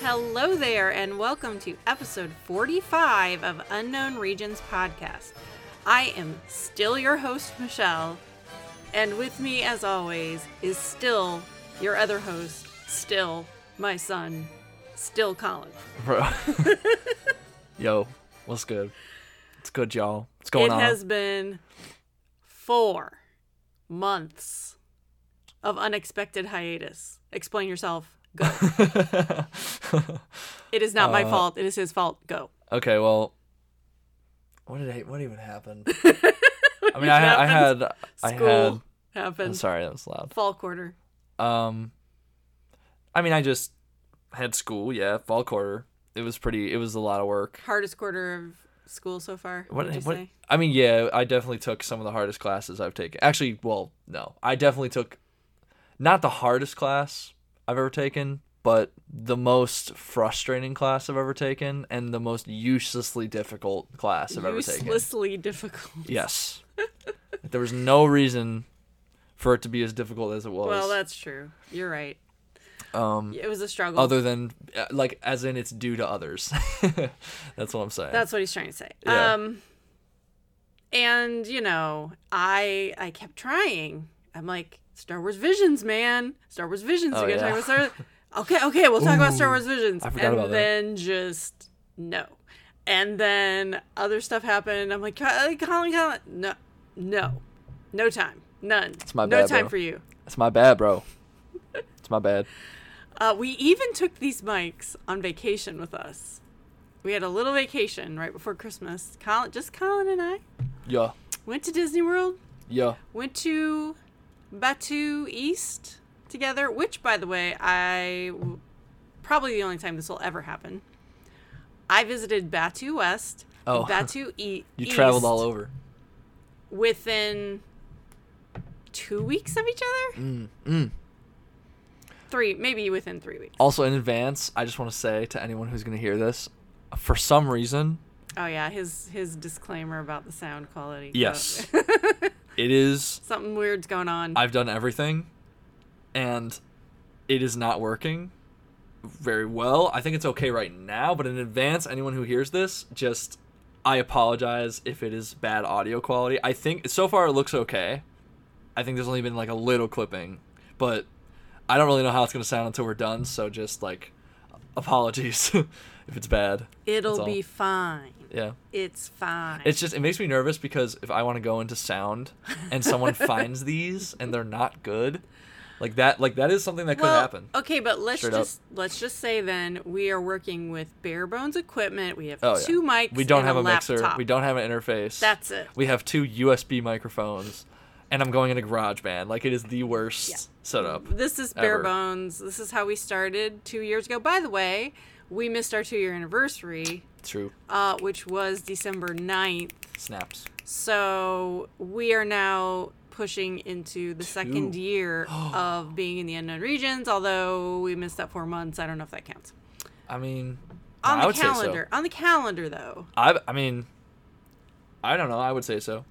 Hello there, and welcome to episode 45 of Unknown Regions Podcast. I am still your host, Michelle, and with me, as always, is still your other host, still my son, still Colin. Bro. Yo, what's good? It's good, y'all. What's going it on? has been four months of unexpected hiatus. Explain yourself. Go. it is not my Uh, fault. It is his fault. Go. okay, well, what did I, what even happened? I mean, I, I happened? had, I School had. I'm happened. sorry, that was loud. Fall quarter. Um, I mean, I just had school. Yeah, fall quarter. It was pretty. It was a lot of work. hardest quarter of school so far. What? would you what? say? I mean, yeah, I definitely took some of the hardest classes I've taken. Actually, well, no, I definitely took not the hardest class I've ever taken, but the most frustrating class I've ever taken, and the most uselessly difficult class I've ever taken. Uselessly difficult. Yes, there was no reason for it to be as difficult as it was. Well, that's true. You're right. um, It was a struggle. other than uh, like as in it's due to others. that's what I'm saying. that's what he's trying to say. Yeah. Um and you know, I I kept trying. I'm like Star Wars Visions, man. Star Wars Visions. Oh, you gotta yeah. talk about Star Okay, okay, we'll talk about Star Wars Visions. I forgot and about that. then just no. And then other stuff happened. I'm like, Colin, Colin, no, no, no time, none. It's my no bad, time bro. for you. it's my bad, bro. It's my bad. Uh, we even took these mics on vacation with us. We had a little vacation right before Christmas. Colin, just Colin and I Yeah, went to Disney World, yeah. went to Batu East together, which, by the way, I probably the only time this will ever happen. I visited Batu West, Oh. Batu e- You East traveled all over. within two weeks of each other. Mm, Three, maybe within three weeks. Also, in advance, I just want to say to anyone who's going to hear this, for some reason, Oh yeah, his his disclaimer about the sound quality. Yes. So- it is. something weird's going on. I've done everything, and it is not working very well. I think it's okay right now, but in advance, anyone who hears this, just I apologize if it is bad audio quality. I think so far it looks okay. I think there's only been like a little clipping, but I don't really know how it's going to sound until we're done. So just like apologies if it's bad. It'll all. be fine. Yeah. It's fine. It's just it makes me nervous because if I want to go into sound and someone finds these and they're not good, like that like that is something that could well, happen. okay, but let's Straight up. just let's just say then we are working with bare bones equipment. We have Oh yeah. two mics. We don't and have a, mixer. laptop. We don't have an interface. That's it. We have two USB microphones and I'm going into GarageBand. Like it is the worst Yeah. setup. This is bare Ever. bones. This is how we started two years ago. By the way, we missed our two year anniversary, True. uh, which was December 9th. Snaps. So we are now pushing into the second year of being in the unknown regions. Although we missed that four months, I don't know if that counts. I mean On I the would calendar, on the calendar though. say so. I I mean I don't know. I would say so.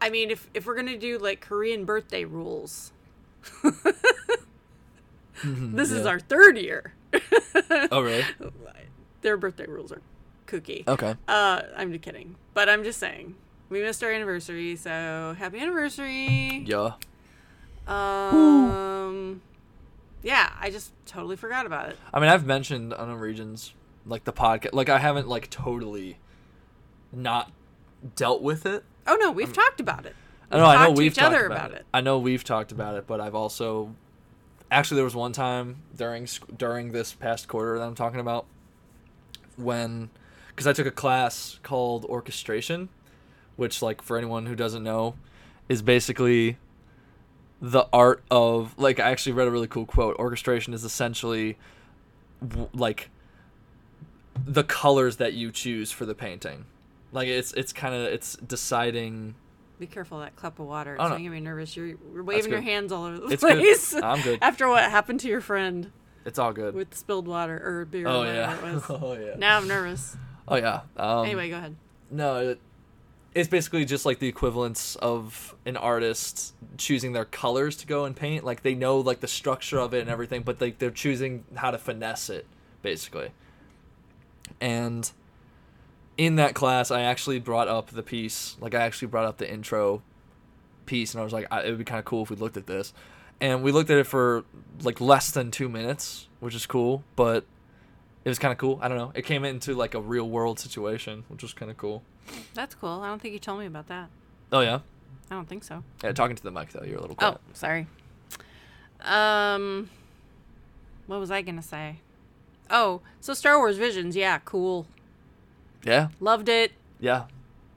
I mean, if if we're gonna do like Korean birthday rules, this is Mm-hmm. yeah. our third year. Oh really? Their birthday rules are kooky. Okay. Uh, I'm just kidding, but I'm just saying we missed our anniversary, so happy anniversary. Yeah. Um, yeah, I just totally forgot about it. I mean, I've mentioned Unknown Regions, like the podcast. Like, I haven't like totally not dealt with it. Oh no, we've talked about it. Um, I know, I know talked to we've each talked other about, about it. it. I know we've talked about it, but I've also actually there was one time during sc- during this past quarter that I'm talking about when because I took a class called orchestration, which like for anyone who doesn't know, is basically the art of like I actually read a really cool quote. Orchestration is essentially w- like the colors that you choose for the painting. Like it's it's kind of it's deciding Be careful of that cup of water. It's Oh, no. gonna get me nervous. You're, you're waving your good. hands all over the It's good. place. I'm good. After what happened to your friend it's all good. with spilled water or beer or Oh whatever yeah. it was. oh yeah. Now I'm nervous. Oh yeah. Um, Anyway, go ahead. no, it, it's basically just like the equivalence of an artist choosing their colors to go and paint. Like they know like the structure of it and everything, but like they're choosing how to finesse it basically. And in that class, I actually brought up the piece, like I actually brought up the intro piece, and I was like, I, it would be kind of cool if we looked at this. And we looked at it for like less than two minutes, which is cool, but it was kind of cool. I don't know. It came into like a real world situation, which was kind of cool. That's cool. I don't think you told me about that. Oh yeah, I don't think so. yeah. Talking to the mic though, you're a little Oh, quiet. sorry. Um, what was I gonna say? Oh, so Star Wars Visions, yeah, cool. Oh. Yeah, Loved it. yeah.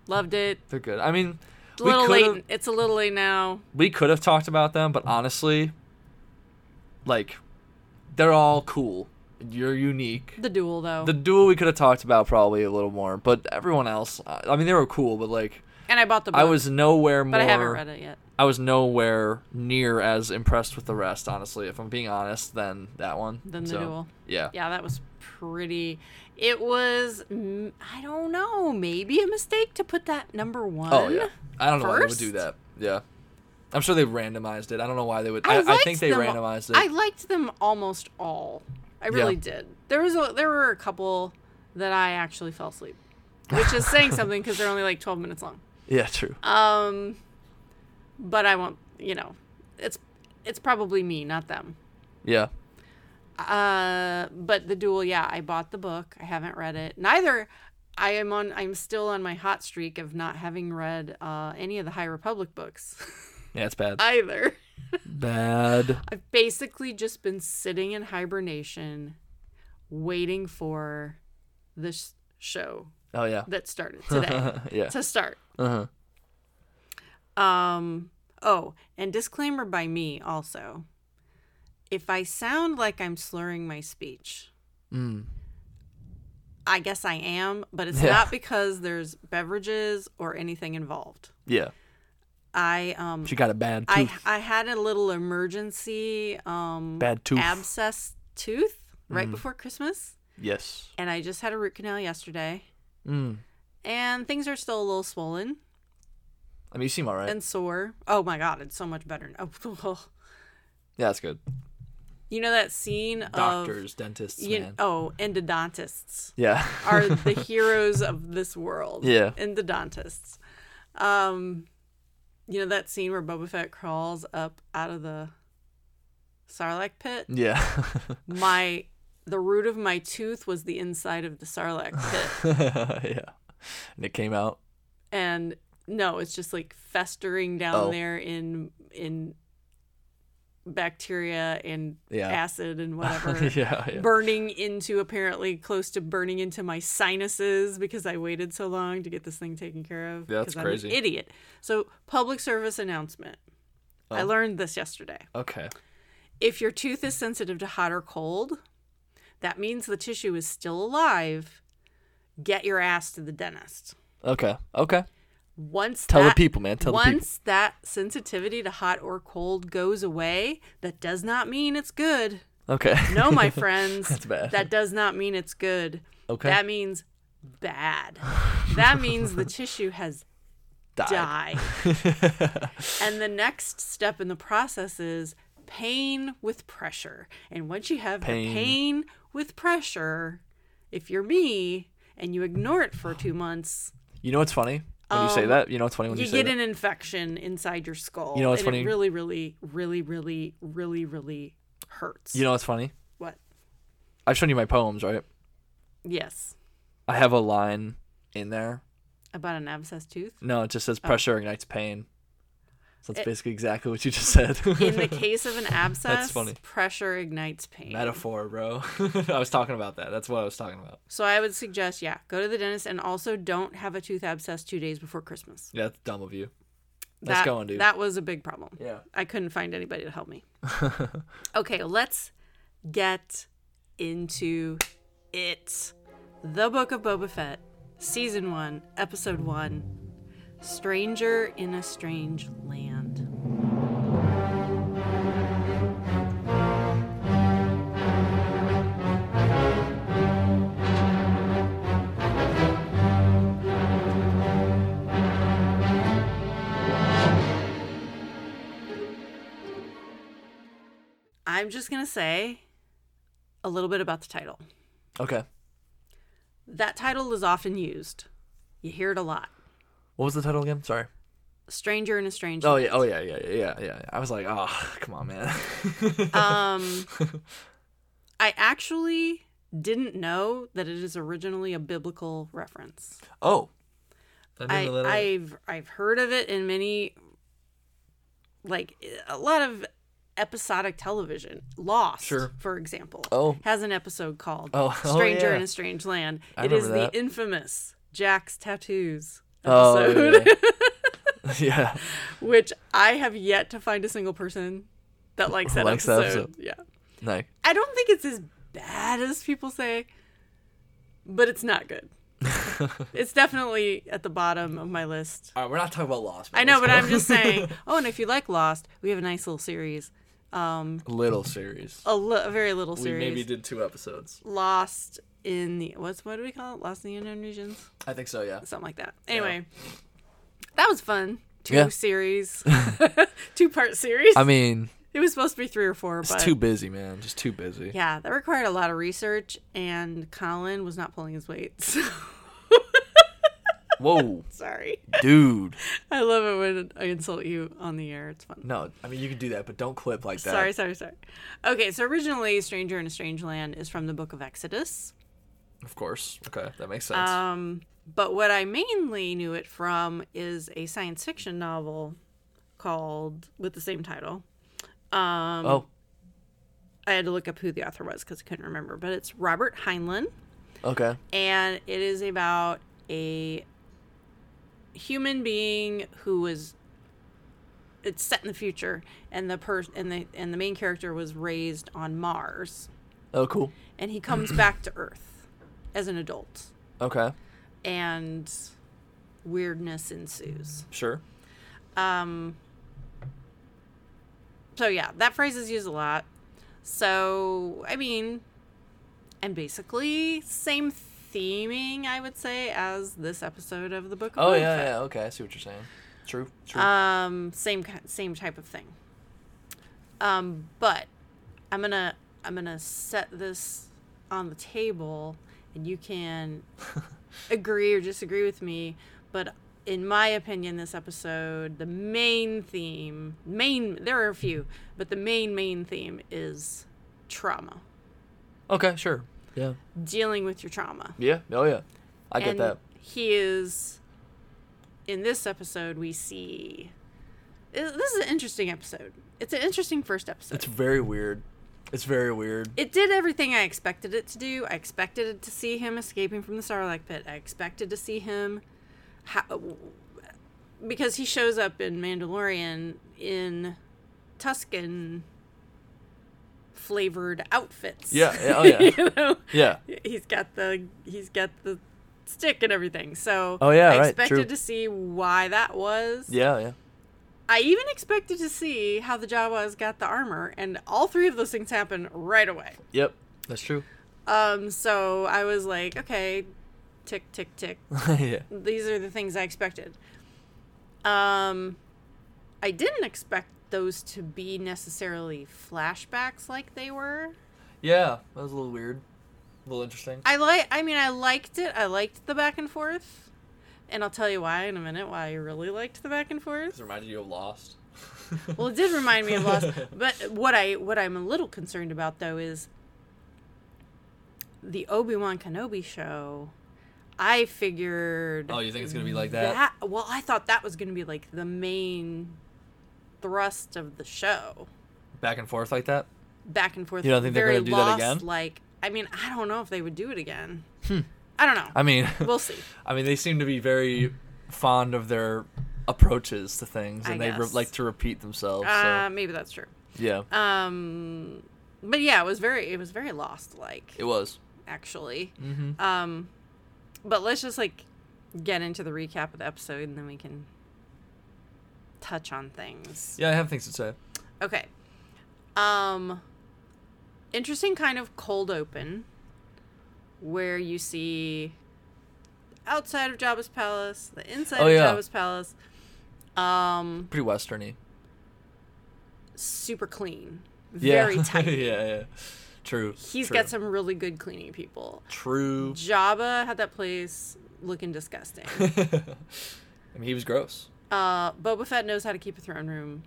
Loved it. They're good. I mean, It's a little we could late. have It's a little late now. we could have talked about them, but honestly, like, they're all cool. You're unique. The duel, though. The duel we could have talked about probably a little more, but everyone else. I I mean, they were cool, but like, and I bought the book, I was nowhere more. but I haven't read it yet. I was nowhere near as impressed with the rest, honestly. If I'm being honest, than that one. Than the So, duel. Yeah. Yeah, that was pretty. It was. mm, I don't know. Maybe a mistake to put that number one. Oh yeah. I don't know why they would do first? that. Yeah. I'm sure they randomized it. I don't know why they would. I, I, I liked think they them- randomized it. I liked them almost all. I really did. There was a, there were a couple that I actually fell asleep, which is saying something because they're only like twelve minutes long. yeah, true. Um, but I won't. You know, it's it's probably me, not them. yeah. Uh, but the duel, yeah, I bought the book. I haven't read it. Neither. I am on. I'm still on my hot streak of not having read uh, any of the High Republic books Yeah, it's bad. either. bad. I've basically just been sitting in hibernation, waiting for this show Oh yeah. that started today yeah. to start. Uh huh. Um. Oh, and disclaimer by me also. If I sound like I'm slurring my speech, Mm. I guess I am, but it's Yeah. not because there's beverages or anything involved. Yeah. I um She got a bad I tooth. I had a little emergency um bad tooth. abscess tooth right Mm. before Christmas, yes. and I just had a root canal yesterday, Mm. and things are still a little swollen I mean, you seem alright. and sore. Oh my god, it's so much better. Oh, Yeah, that's good. you know that scene of Doctors, dentists, you, man. oh endodontists. yeah. are the heroes of this world. Yeah. Endodontists. Um, you know that scene where Boba Fett crawls up out of the Sarlacc pit? yeah. My the root of my tooth was the inside of the Sarlacc pit. yeah. And it came out. and no, it's just like festering down Oh. there in in bacteria and Yeah. acid and whatever. yeah. Yeah. Burning into apparently close to burning into my sinuses because I waited so long to get this thing taken care of. Yeah, that's 'cause I'm crazy. an idiot. So public service announcement. I Oh. learned this yesterday. Okay. If your tooth is sensitive to hot or cold, that means the tissue is still alive. Get your ass to the dentist. Okay. Okay. Once Tell that, the people, man. Tell the people. once that sensitivity to hot or cold goes away, that does not mean it's good. Okay. No, my friends. That's bad. That does not mean it's good. Okay. That means bad. that means the tissue has Died. died. and the next step in the process is pain with pressure. And once you have Pain. the pain with pressure, if you're me and you ignore it for two months, You know what's funny when you say Um, that? You know what's funny when you, you say get that? an infection inside your skull. You know what's and funny? It really, really, really, really, really, really hurts. You know what's funny? what? I've shown you my poems, right? Yes. I have a line in there. About an abscess tooth? No, it just says pressure ignites pain. So that's basically exactly what you just said. In the case of an abscess, funny. pressure ignites pain. Metaphor, bro. I was talking about that. That's what I was talking about. So I would suggest, yeah, go to the dentist and also don't have a tooth abscess two days before Christmas. Yeah, that's dumb of you. That's Nice that, going, dude. That was a big problem. Yeah. I couldn't find anybody to help me. okay, let's get into it. The Book of Boba Fett, Season 1, Episode 1 Stranger in a Strange Land. I'm just going to say a little bit about the title. Okay. That title is often used. You hear it a lot. What was the title again? Sorry. Stranger in a Strange Oh yeah. Oh yeah. Yeah. Yeah. Yeah. yeah. I was like, oh, come on, man. Uh, Um, I actually didn't know that it is originally a biblical reference. oh. I, I've I've heard of it in many, like a lot of episodic television. Lost, Sure. for example, Oh. has an episode called Oh, oh, "Stranger yeah. in a Strange Land." I it is remember that. the infamous Jack's tattoos Oh, episode, yeah, yeah. yeah. which I have yet to find a single person that likes that, Likes that episode. episode. Yeah, No. I don't think it's as bad as people say, but it's not good. it's definitely at the bottom of my list All right, we're not talking about Lost. I know, but let's go. I'm just saying. Oh, and if you like Lost, we have a nice little series. Um, Little series. a, li- a very little We series. maybe did two episodes. Lost in the what's what do we call it? Lost in the unknown regions, I think so. Yeah. something like that. Anyway, that was fun. Two Yeah. series, two part series. I mean, it was supposed to be three or four, but it's too busy, man. Just too busy. yeah, that required a lot of research, and Colin was not pulling his weight. So Whoa, sorry. dude. I love it when I insult you on the air. It's fun. No, I mean you can do that, but don't clip like that. Sorry, sorry, sorry. Okay, so originally Stranger in a Strange Land is from the book of Exodus. Of course. Okay, that makes sense. Um, but what I mainly knew it from is a science fiction novel called with the same title. Um, oh, I had to look up who the author was because I couldn't remember, but it's Robert Heinlein, okay. and it is about a human being who was it's set in the future and the person and the and the main character was raised on Mars Oh, cool. and he comes back to Earth as an adult, Okay, and weirdness ensues. sure. Um, so yeah, that phrase is used a lot. So I mean, and basically same theming, I would say, as this episode of the Book of Oh Boba yeah, Fett. yeah. Okay, I see what you're saying. True. True. Um, same ki- same type of thing. Um, but I'm gonna I'm gonna set this on the table, and you can agree or disagree with me. But in my opinion, this episode, the main theme, main there are a few, but the main main theme is trauma, okay, sure. Yeah. dealing with your trauma. Yeah. Oh yeah. I get and that. He is. In this episode, we see. i- This is an interesting episode. It's an interesting first episode. It's very weird. It's very weird. it did everything I expected it to do. I expected it to see him escaping from the Sarlacc pit. I expected to see him. How, because he shows up in Mandalorian in Tuscan flavored outfits. Yeah, yeah, oh, yeah. you know? Yeah. he's got the he's got the stick and everything. So Oh, yeah, I right, expected true. to see why that was. Yeah. Yeah. I even expected to see how the Jawas got the armor, and all three of those things happen right away. Yep. That's true. Um, so I was like, okay, tick tick tick. yeah. These are the things I expected. Um, I didn't expect those to be necessarily flashbacks like they were. Yeah. That was a little weird. A little interesting. I like. I mean, I liked it. I liked the back and forth, and I'll tell you why in a minute. Why I really liked the back and forth. This reminded you of Lost. Well, it did remind me of Lost. but what I what I'm a little concerned about though is the Obi Wan Kenobi show. I figured. Oh, you think it's gonna be like that? Well, I thought that was going to be like the main thrust of the show. Back and forth like that. Back and forth. You don't think they're very gonna do that Lost, again? Hmm. Like, I mean, I don't know if they would do it again. I don't know. I mean, we'll see. I mean, they seem to be very fond of their approaches to things, I and they re- guess. like to repeat themselves. Uh, maybe that's true. so yeah, Um, but yeah, it was very it was very lost like it was. actually. Mm-hmm. Um, but let's just like get into the recap of the episode and then we can touch on things. Yeah, I have things to say. Okay. Um, interesting kind of cold open where you see outside of Jabba's palace, the inside Oh, of yeah. Jabba's palace. Um, Pretty westerny. super clean, Yeah. very tight. yeah, yeah. True. He's true, got some really good cleaning people. true. Jabba had that place looking disgusting. I mean, he was gross, uh, Boba Fett knows how to keep a throne room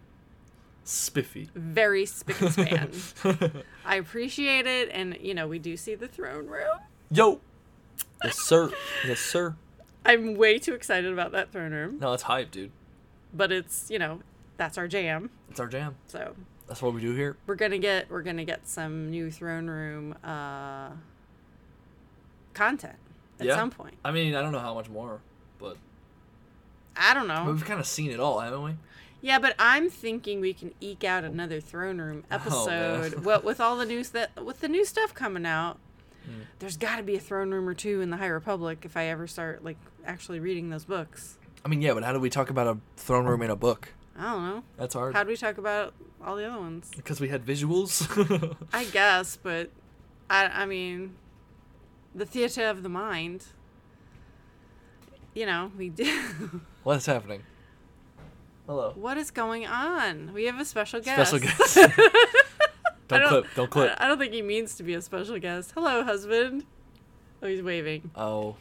spiffy. very spick and span. I appreciate it, and you know we do see the throne room. Yo. Yes, sir. Yes, sir. I'm way too excited about that throne room, No, it's hype, dude. but it's you know that's our jam. It's our jam. So That's what we do here. we're gonna get we're gonna get some new throne room uh, content at Yeah. some point. I mean, I don't know how much more, but I don't know. but we've kind of seen it all, haven't we? Yeah, but I'm thinking we can eke out another throne room Oh, man. episode. what with all the news that with the new stuff coming out, there's got to be a throne room or two in the High Republic if I ever start like actually reading those books. I mean, yeah, but how do we talk about a throne room in a book? I don't know. That's hard. How do we talk about all the other ones? because we had visuals. I guess, but I I mean, the theater of the mind. You know, we did. What's happening? Hello. what is going on? We have a special guest. Special guest. I don't, clip. Don't clip. I, I don't think he means to be a special guest. Hello, husband. Oh, he's waving. oh,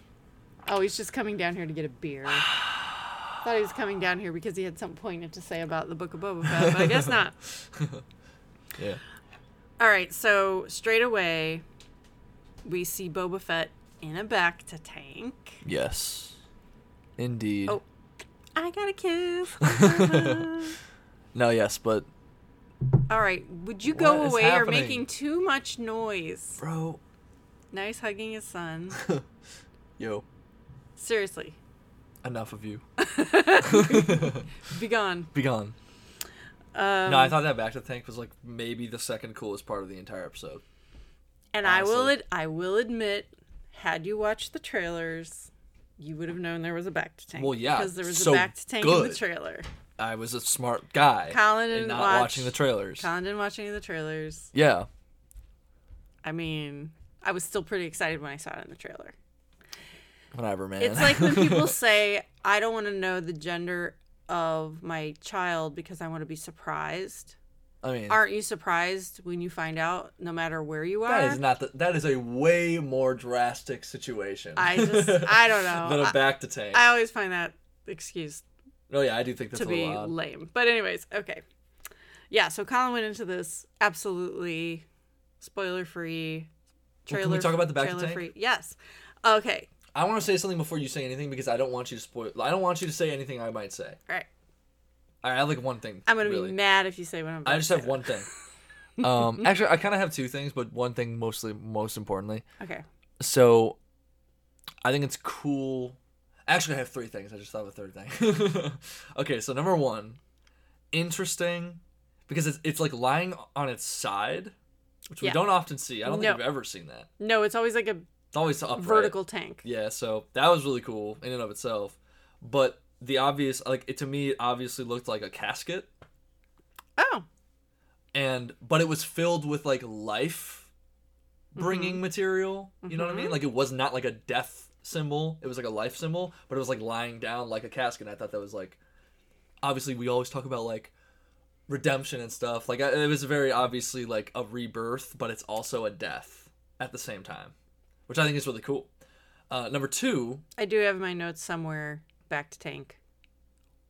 Oh, he's just coming down here to get a beer. Thought he was coming down here because he had something poignant to say about the Book of Boba Fett, but Uh, I guess not. yeah. All right, so straight away, we see Boba Fett in a back to tank. Yes. Indeed. Oh. I got a kiss. No, yes, but All right, would you go What is away? You're happening? making too much noise. bro, Now he's hugging his son. yo, Seriously, enough of you. be gone. Be gone. Um, no, I thought that back to tank was like maybe the second coolest part of the entire episode. And I will Honestly. ad- I will admit, had you watched the trailers, you would have known there was a back to tank. Well, yeah, because there was so a back to tank in the good. trailer. I was a smart guy. Colin and didn't not watch- watching the trailers. Colin didn't watch any of the trailers. yeah. I mean, I was still pretty excited when I saw it in the trailer. Whatever, man. It's like when people say, "I don't want to know the gender of my child because I want to be surprised." I mean, Aren't you surprised when you find out, no matter where you are? that is not the, that is a way more drastic situation. I just, I don't know. than a I- back to tank. I always find that excuse oh yeah, I do think that's to a little be odd. lame. But anyways, okay. Yeah, so Colin went into this absolutely spoiler free Well, trailer. can we talk about the back to tank? free. Yes. Okay. I want to say something before you say anything because I don't want you to spoil. I don't want you to say anything I might say. All right. I have like one thing. I'm gonna really. be mad if you say what I'm. About I just to have say. one thing. Um, actually, I kind of have two things, but one thing mostly, most importantly. Okay. So, I think it's cool. Actually, I have three things. I just thought of a third thing. okay, so number one, interesting, because it's it's like lying on its side, which we Yeah. don't often see. I don't No. think I've ever seen that. No, it's always like a It's always upright. vertical tank. Yeah, so that was really cool in and of itself. But the obvious, like it to me, it obviously looked like a casket, Oh. and but it was filled with like life bringing Mm-hmm. material. You know what I mean? Like it was not like a death symbol. It was like a life symbol, but it was like lying down like a casket. And I thought that was like, obviously, we always talk about like redemption and stuff. Like I- it was very obviously like a rebirth, but it's also a death at the same time, which I think is really cool. Uh, number two, I do have my notes somewhere. Back to tank.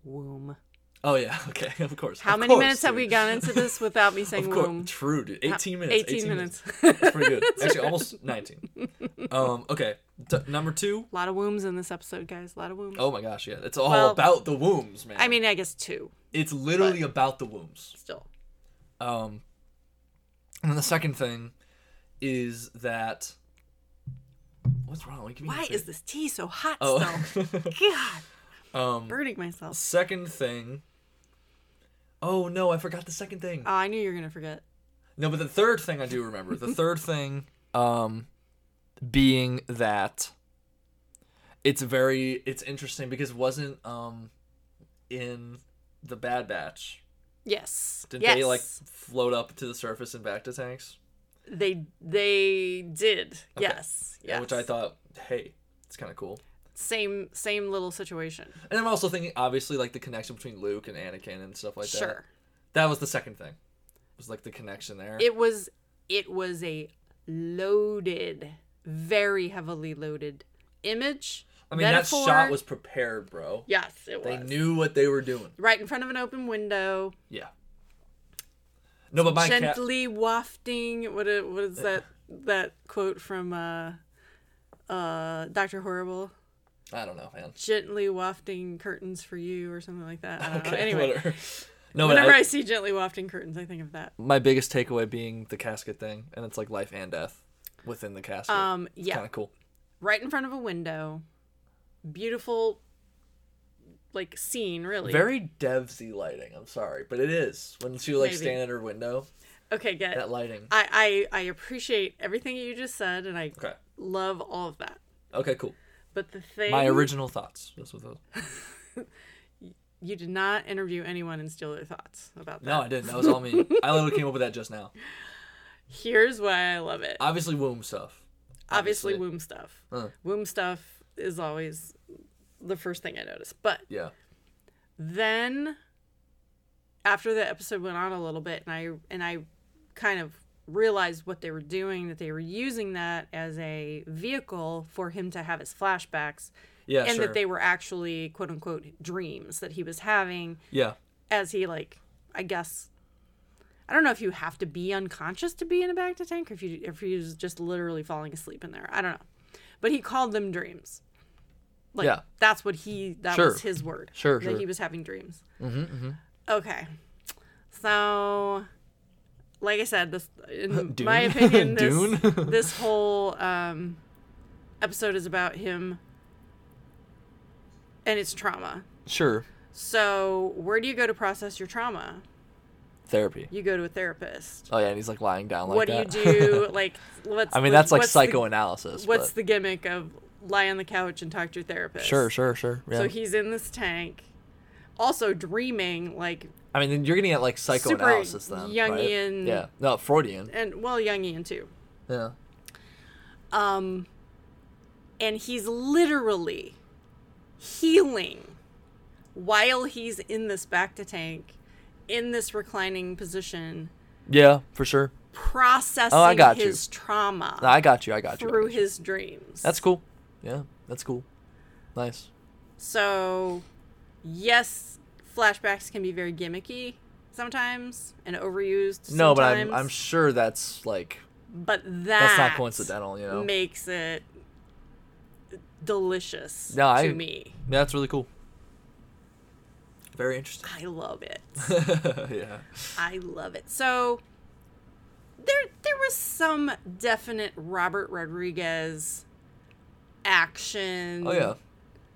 Womb. Oh yeah, okay, of course. How Of many course, minutes have dude. we gone into this without me saying Of course, womb? true, dude. Eighteen minutes. 18, minutes. That's pretty good. Actually, almost nineteen. Um, okay, T- number two. a lot of wombs in this episode, guys. A lot of wombs. Oh my gosh, yeah, it's all Well- about the wombs, man. I mean, I guess two it's literally about the wombs. still. Um, and then the second thing is that what's wrong? Give me a Why second. is this tea so hot Oh. still? God, um burning myself. second thing? Oh no, I forgot the second thing. Oh, I knew you were gonna forget. No, but the third thing I do remember. The third thing um being that it's very it's interesting because it wasn't um in the Bad Batch. Yes. Did yes. they like float up to the surface and back to tanks? They they did. Yes. Yes. Which I thought, hey, it's kinda cool. Same same little situation. And I'm also thinking obviously like the connection between Luke and Anakin and stuff like that. sure. That was the second thing. Was like the connection there. It was it was a loaded, very heavily loaded image. I mean, metaphor. that shot was prepared, bro. Yes, it They was. knew what they were doing. right in front of an open window, Yeah. No, but my cat. gently wafting. What it, what is that that quote from uh uh Doctor Horrible? I don't know, man. Gently wafting curtains for you or something like that. I don't know. Okay, Uh, Anyway, whatever. No, but whenever I, I see gently wafting curtains, I think of that. my biggest takeaway being the casket thing, and it's like life and death within the casket. Um, yeah, Kind of cool. right in front of a window, beautiful, like scene, really. Very devsy lighting. I'm sorry, but it is when she like Maybe. stand at her window. okay. Get That lighting. I, I I appreciate everything you just said, and I Okay. love all of that. Okay. Cool. But the thing My original thoughts. That's what those. you did not interview anyone and steal their thoughts about that. No, I didn't. That was all me. I literally came up with that just now. Here's why I love it. Obviously, womb stuff. obviously, obviously. womb stuff. Uh. Womb stuff is always the first thing I notice. But Yeah. then after the episode went on a little bit and I and I kind of realized what they were doing that they were using that as a vehicle for him to have his flashbacks Yeah. and sure. that they were actually quote unquote dreams that he was having Yeah. as he like I guess I don't know if you have to be unconscious to be in a back to tank or if you if he was just literally falling asleep in there. I don't know. But he called them dreams. Like Yeah. that's what he that Sure. was his word. Sure, That sure. he was having dreams. Mm-hmm, Okay. So like I said, this in Dune? my opinion this Dune? this whole um episode is about him and it's trauma. Sure. So, where do you go to process your trauma? Therapy. You go to a therapist. Oh yeah, and he's like lying down like what that. do you do? Like, what's I mean, the- that's like what's the- psychoanalysis. what's but- the gimmick of lie on the couch and talk to your therapist? Sure, sure, sure. Yeah. So he's in this tank, also dreaming like, I mean, then you're getting at like psychoanalysis then. right? Jungian- Yeah. No, Freudian. and well, Jungian too. Yeah. Um, and he's literally healing while he's in this back to tank, in this reclining position, Yeah, for sure. processing Oh, got you. his trauma. No, I got you. I got you. I through got you. his dreams. That's cool. Yeah, that's cool. Nice. so yes, flashbacks can be very gimmicky sometimes and overused. No, but I'm sometimes, I'm sure that's like but that that's not coincidental. You know. Makes it delicious No, to I- me. Yeah, that's really cool. Very interesting. I love it. yeah. I love it. So there there was some definite Robert Rodriguez action Oh yeah.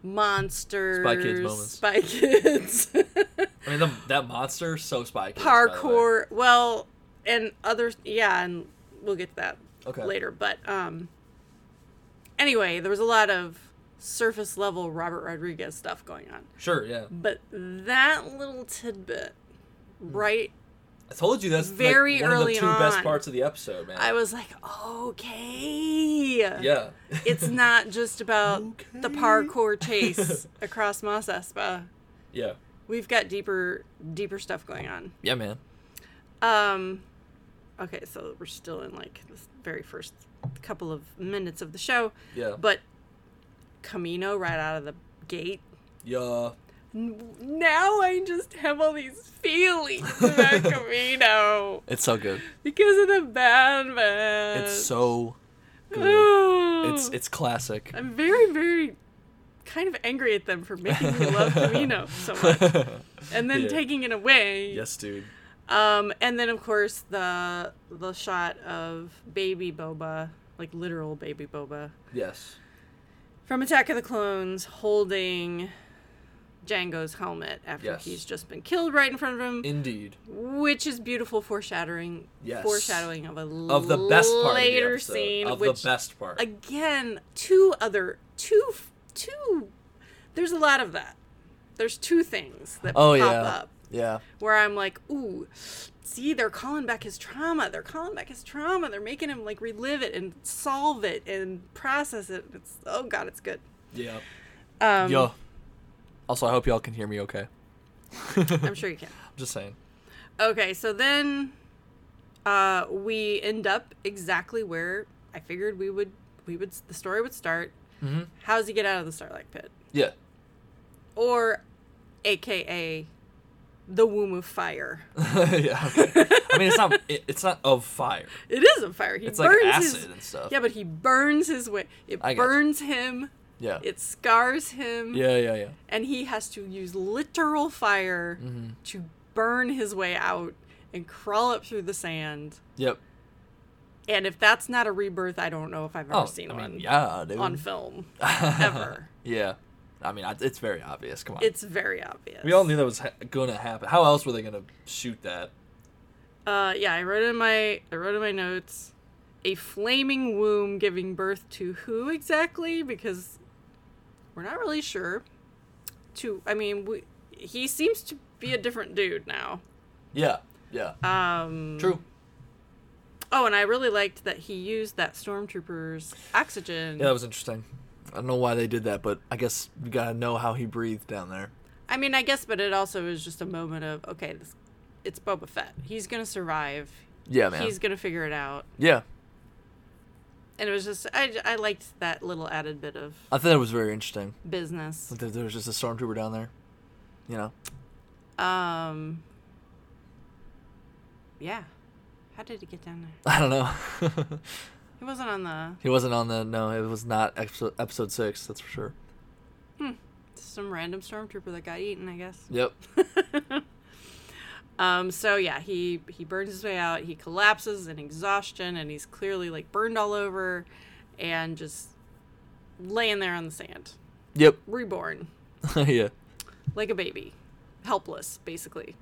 monsters Spy Kids moments. spy kids I mean, the, that monster so spy kids. by the way. parkour well and others yeah and we'll get to that Okay. later but um anyway there was a lot of surface level robert rodriguez stuff going on Sure. Yeah. but that little tidbit Hmm. right I told you that's like, Very one early of the two best on. parts of the episode, man. i was like okay yeah. it's not just about the Okay. parkour chase across Mos Espa. yeah. We've got deeper, deeper stuff going on. Yeah, man. Um, okay, so we're still in like this very first couple of minutes of the show, Yeah. but Camino right out of the gate. yeah. N- Now I just have all these feelings about Camino It's so good. because of the Batman. It's so good. Ooh. it's it's classic. I'm very very kind of angry at them for making me love Camino so much, and then Yeah. taking it away. yes, dude. Um, and then of course the the shot of baby Boba, like literal baby Boba Yes. from Attack of the Clones, holding Django's helmet after Yes. he's just been killed right in front of him, Indeed. which is beautiful foreshadowing. Yes. Foreshadowing of a Of the best part later of the episode. scene, of which the best part. again two other two two. There's a lot of that. There's two things that oh pop yeah. up Yeah. where I'm like, ooh, see, they're calling back his trauma. They're calling back his trauma. They're making him like relive it and solve it and process it. It's oh god, it's good. Yeah. Um, Yo. Also, I hope y'all can hear me okay. I'm I'm sure you can. just saying. Okay, so then uh, we end up exactly where I figured we would. We would. The story would start. Mm-hmm. How does he get out of the Starlight Pit? Yeah. Or, AKA, the womb of fire. yeah. okay. I mean, it's not it, it's not of fire. It is a fire. He It's like burns acid his. and stuff. Yeah, but he burns his way. It I gotcha. burns him. Yeah. It scars him. yeah. Yeah. Yeah. and he has to use literal fire Mm-hmm. to burn his way out and crawl up through the sand. Yep. And if that's not a rebirth, I don't know if I've ever Oh, seen I one mean, yeah, dude. on film ever. yeah. I mean, I- it's very obvious. Come on. it's very obvious. we all knew that was ha- gonna happen. How else were they gonna shoot that? Uh, yeah, I wrote in my I wrote in my notes a flaming womb giving birth to who exactly because we're not really sure. To I mean, we, he seems to be a different dude now. Yeah. Yeah. Um, True. Oh, and I really liked that he used that stormtrooper's oxygen. Yeah, that was interesting. I don't know why they did that, but I guess we gotta know how he breathed down there. I mean, I guess, but it also is just a moment of okay, this, it's Boba Fett. He's gonna survive. Yeah, man. He's gonna figure it out. Yeah. And it was just I, j- I liked that little added bit of I thought it was very interesting. business. Like there, there was just a stormtrooper down there. You know? Um. Yeah. How did he get down there? I don't know. He wasn't on the he wasn't on the. No, it was not episode, episode six, that's for sure. some random stormtrooper that got eaten, I guess. Yep. Um, so yeah, he he burns his way out. He collapses in exhaustion, and he's clearly like burned all over, and just laying there on the sand, Yep. reborn yeah. like a baby, helpless basically.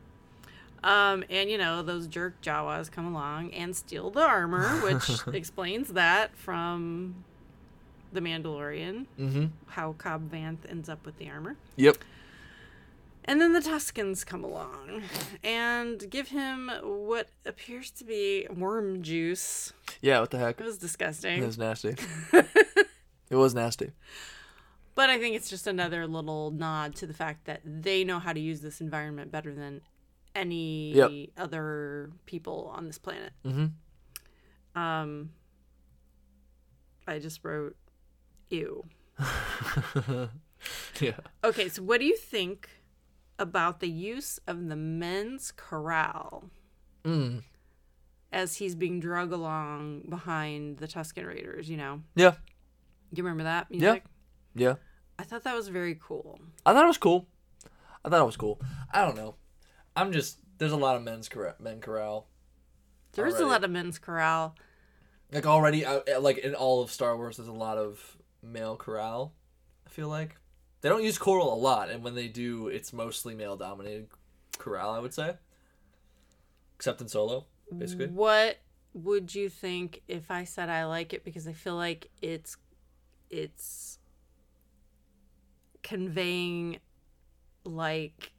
Um, and you know those jerk Jawas come along and steal the armor, which explains that from the Mandalorian Mm-hmm. how Cobb Vanth ends up with the armor. Yep. And then the Tuscans come along and give him what appears to be worm juice. Yeah, what the heck? It It was disgusting. was nasty. it was nasty. But I think it's just another little nod to the fact that they know how to use this environment better than any Yep. other people on this planet. Mhm. Um, I just wrote, ew. Yeah. Okay, so what do you think about the use of the men's corral Mm. as he's being drug along behind the Tuscan Raiders? You know, Yeah. do you remember that Yeah. music? Yeah. I thought that was very cool. I thought it was cool. I thought it was cool. I don't know. I'm just there's a lot of men's corral, men corral. There is a Alrighty. lot of men's corral. Like already, I, like in all of Star Wars, there's a lot of male corral. I feel like they don't use coral a lot, and when they do, it's mostly male dominated corral. I would say, except in Solo, basically. What would you think if I said I like it because I feel like it's it's conveying like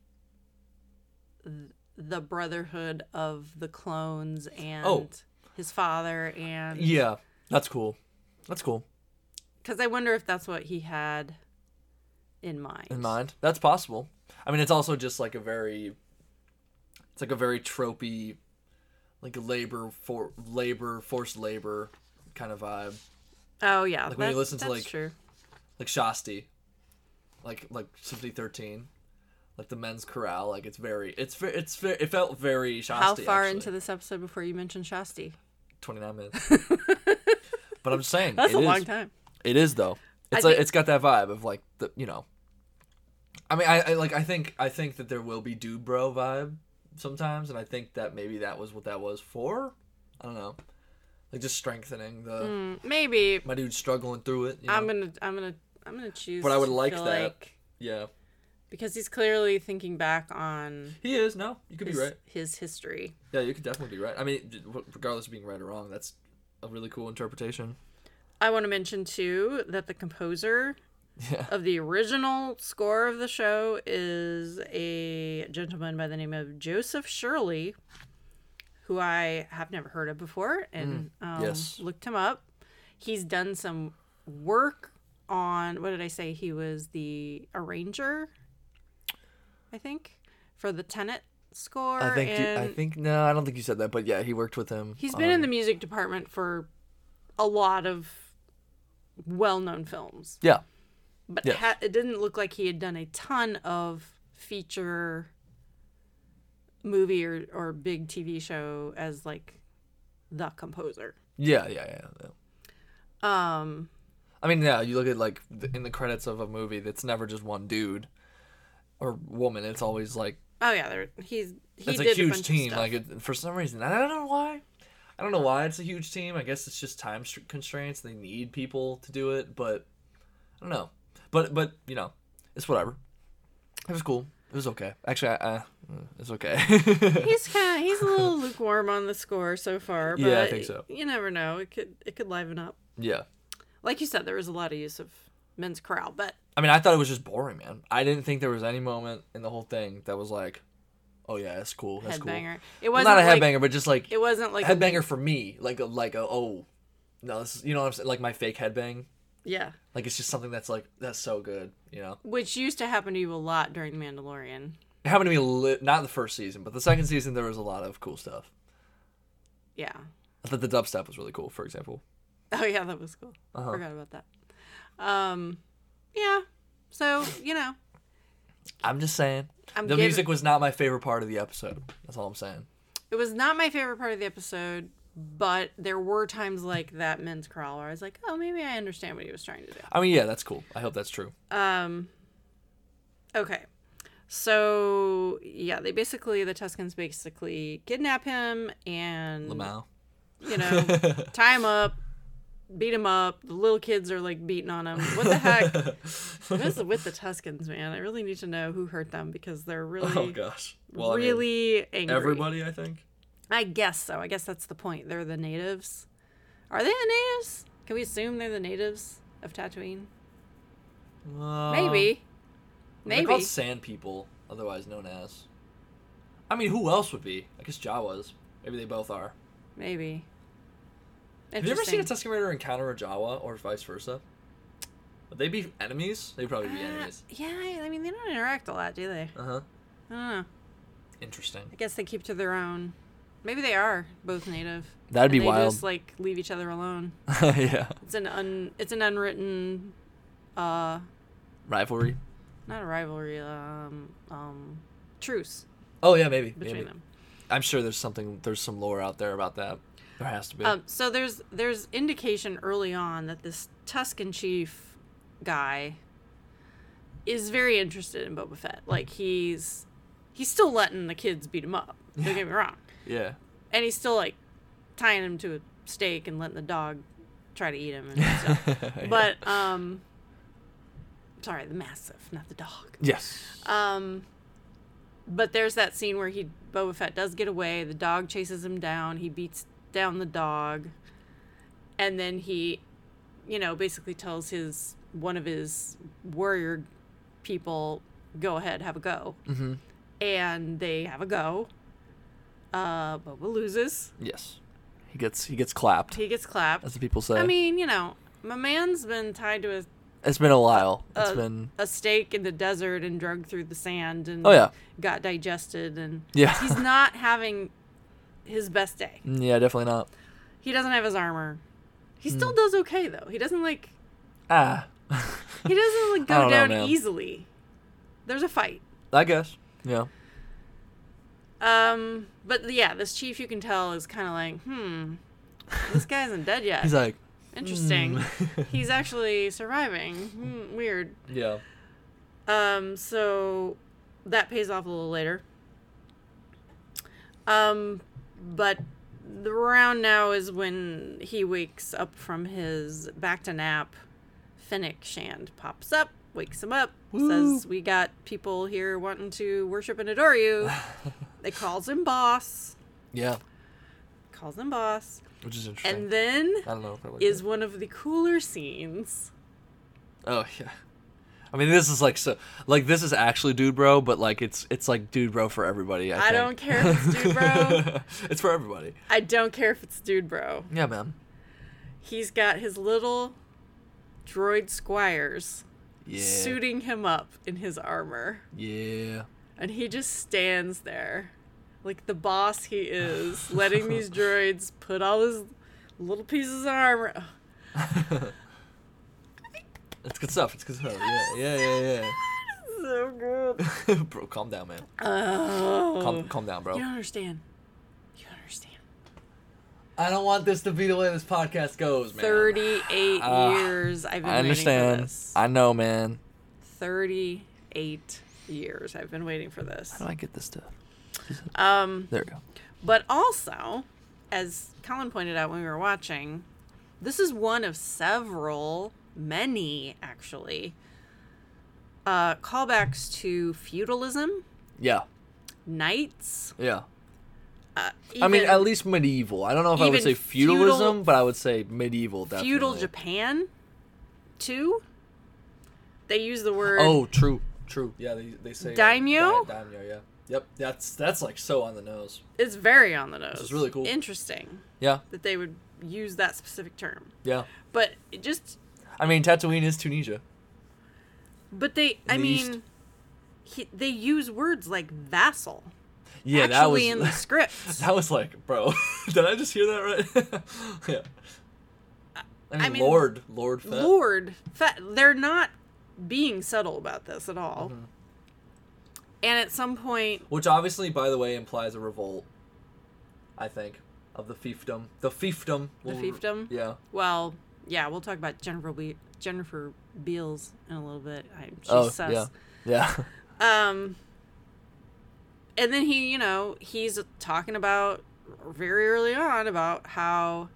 th- the brotherhood of the clones and Oh. his father and Yeah, that's cool. That's cool cuz I wonder if that's what he had in mind. in mind. That's possible. I mean, it's also just like a very, it's like a very tropey, like labor for labor forced labor kind of vibe. Oh yeah. Like, when you that- listen to, that's like, true. like Shasti, like like Symphony Thirteen, like the Men's Chorale. Like it's very, it's ve- it's ve- it felt very Shasti. How far actually. into this episode before you mentioned Shasti? twenty nine minutes? but I'm just saying, That's it a is- long time. It is though. It's think- like it's got that vibe of like the you know. I mean, I, I like I think I think that there will be dude bro vibe sometimes, and I think that maybe that was what that was for. I don't know, like just strengthening the Mm, Maybe my dude struggling through it. You know? I'm gonna I'm gonna I'm gonna choose. But I would to like feel that. yeah, because he's clearly thinking back on he is. No, you could his, be right. his history. Yeah, you could definitely be right. I mean, d- w- regardless of being right or wrong, that's a really cool interpretation. I want to mention too that the composer Yeah. of the original score of the show is a gentleman by the name of Joseph Shirley, who I have never heard of before, and um, Mm, yes. looked him up. He's done some work on what did I say? He was the arranger, I think, for the Tenet score. I think you, and I think no, I don't think you said that, but yeah, he worked with him. he's been in the music department for a lot of well-known films, Yeah, but yes. ha- it didn't look like he had done a ton of feature movie or, or big TV show as like the composer. yeah, yeah, yeah. yeah. Um, I mean, yeah, you look at like the, in the credits of a movie that's never just one dude or woman. It's always like oh yeah, there, he's he did it's a a bunch huge of team. stuff. Like it, for some reason, I don't know why. I don't know why it's a huge team. I guess it's just time str- constraints. They need people to do it, but I don't know. But but you know, it's whatever. It was cool. It was okay. Actually, I, I, it's okay. he's kind of he's a little lukewarm on the score so far. But Yeah, I think so. You never know. It could it could liven up. yeah. Like you said, there was a lot of use of men's corral, but I mean, I thought it was just boring, man. I didn't think there was any moment in the whole thing that was like, oh yeah, that's cool. That's cool. headbanger. It Well, wasn't not a like, headbanger, but just like It wasn't like a big- headbanger for me, like a like a oh, no, this is, you know what I'm saying, like my fake headbang. yeah, Like it's just something that's like that's so good, you know. which used to happen to you a lot during The Mandalorian. It happened to me li- not the first season, but the second season there was a lot of cool stuff. Yeah. I thought the dubstep was really cool, for example. Oh yeah, that was cool. Uh-huh. Forgot about that. Um, yeah. So you know, I'm just saying, I'm the giving- music was not my favorite part of the episode. That's all I'm saying. it was not my favorite part of the episode. But there were times like that men's corral where I was like, oh, maybe I understand what he was trying to do. I mean, yeah, that's cool. I hope that's true. Um, okay. So yeah, they basically the Tuscans basically kidnap him and Lamau. you know tie him up, beat him up. The little kids are like beating on him. What the heck? what is it with the Tuscans, man? I really need to know who hurt them because they're really, Oh gosh. Well, I mean, really angry. everybody, I think. I guess so. I guess that's the point. They're the natives. Are they the natives? Can we assume they're the natives of Tatooine? Uh, Maybe. They're called Maybe. sand people, otherwise known as. I mean, who else would be? I guess Jawas. Maybe they both are. Maybe. Have you ever seen a Interesting. Tusken Raider encounter a Jawa or vice versa? Would they be enemies? They'd probably be Uh, enemies. yeah, I- I mean they don't interact a lot, do they? Uh huh. I don't know. Interesting. I guess they keep to their own. Maybe they are both native. That'd and they Just like leave each other alone. yeah. It's an un. It's an unwritten. Uh, Rivalry. not a rivalry. Um, um, truce Oh yeah, maybe. between maybe. them. I'm sure there's something. There's some lore out there about that. There has to be. Um, so there's there's indication early on that this Tuscan chief guy is very interested in Boba Fett. Like he's he's still letting the kids beat him up. Don't get me wrong, yeah. and he's still like tying him to a stake and letting the dog try to eat him and stuff. But um, sorry, the mastiff, not the dog. yes. Um, but there's that scene where he Boba Fett does get away. The dog chases him down. He beats down the dog, and then he, you know, basically tells his one of his warrior people, "Go ahead, have a go." Mm-hmm. And they have a go. Uh, Boba loses. Yes. He gets he gets clapped, He gets clapped. as the people say. I mean, you know, my man's been tied to a, it's been a while. It's uh, been a stake in the desert and drugged through the sand and Oh, yeah. got digested and yeah. he's not having his best day. yeah, definitely not. He doesn't have his armor. He Hmm. still does okay though. He doesn't like Ah. he doesn't like go I don't know, down man. easily. There's a fight. I guess. Yeah. Um, but yeah, this chief you can tell is kind of like, hmm, this guy isn't dead yet. He's like. Interesting. "Hmm." He's actually surviving. Hmm, weird. yeah. Um, so that pays off a little later. Um, but the round now is when he wakes up from his back to nap. Finnick Shand pops up, wakes him up, says, We got people here wanting to worship and adore you. they calls him boss. Yeah. Calls him boss. Which is interesting. And then I don't know if I like is that. one of the cooler scenes. Oh yeah. I mean, this is like so. Like this is actually dude bro, but like it's it's like dude bro for everybody. I, I don't care if it's dude bro. it's for everybody. I don't care if it's dude bro. Yeah, man. he's got his little droid squires Yeah. suiting him up in his armor Yeah. and he just stands there like the boss he is, letting these droids put all his little pieces of armor. Ugh. It's good stuff. It's good stuff. Yeah, yeah, yeah, So good. yeah. bro, calm down, man. Oh. Calm, calm down, bro. You don't understand. You don't understand. I don't want this to be the way this podcast goes, man. 38 Ah, years I've been I waiting for understand. this. I know, man. 38 years I've been waiting for this. How do I get this to? Um, There we go. but also, as Colin pointed out when we were watching, this is one of several, many actually, uh, callbacks to feudalism, Yeah, knights. yeah. Uh, I mean, even at least medieval. I don't know if I even would say feudal- feudalism, but I would say medieval. Definitely. feudal Japan, too. They use the word. Oh, true, true. Yeah, they, they say uh, Daimyo? da- daimyo, yeah. Yep, that's that's like so on the nose. It's very on the nose. is really cool. Interesting Yeah, that they would use that specific term. yeah. But it just, I mean, Tatooine is Tunisia. but they, I the East. mean, he, they use words like vassal. Yeah, actually that was in the script. that was like, bro. did I just hear that right? yeah. I mean, I mean, Lord, Lord, Fett. Lord, Fett, they're not being subtle about this at all. Mm-hmm. And at some point, which obviously, by the way, implies a revolt. I think of the fiefdom. The fiefdom. The will- fiefdom? Yeah. well, yeah, we'll talk about Jennifer Be- Jennifer Beals in a little bit. I, she's oh, sus. yeah. Yeah. Um, and then he, you know, he's talking about very early on about how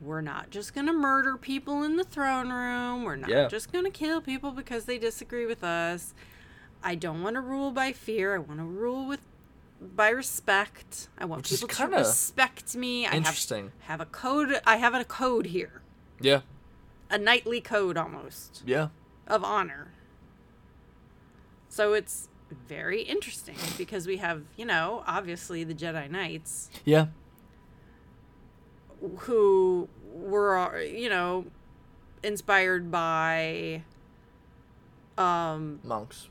we're not just going to murder people in the throne room. We're not Yeah. just going to kill people because they disagree with us. I don't want to rule by fear. I want to rule with by respect. I want Which is people to kinda respect me. I have, Interesting. have a code. I have a code here, Yeah. a knightly code almost Yeah. of honor. So it's very interesting because we have, you know, obviously the Jedi Knights Yeah. who were, uh, you know, inspired by um, Monks.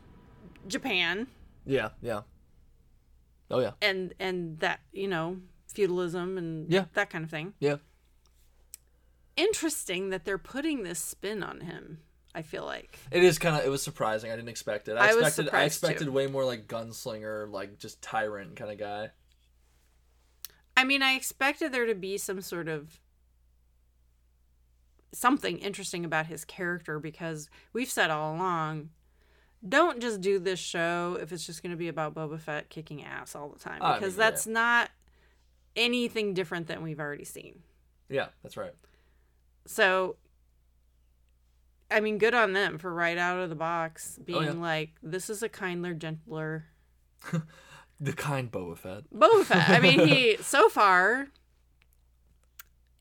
Japan Yeah. Yeah. Oh yeah. and and that, you know, feudalism and Yeah. that kind of thing. Yeah. Interesting that they're putting this spin on him. I feel like It is kind of. It was surprising. I didn't expect it. I I, was expected. I surprised, too. expected way more like gunslinger, like just tyrant kind of guy. I mean, I expected there to be some sort of something interesting about his character because we've said all along don't just do this show if it's just going to be about Boba Fett kicking ass all the time I mean, because yeah. that's not anything different than we've already seen. Yeah, that's right. So I mean, good on them for right out of the box being Oh, yeah. like this is a kinder, gentler The kind Boba Fett. Boba Fett. I mean, he so far,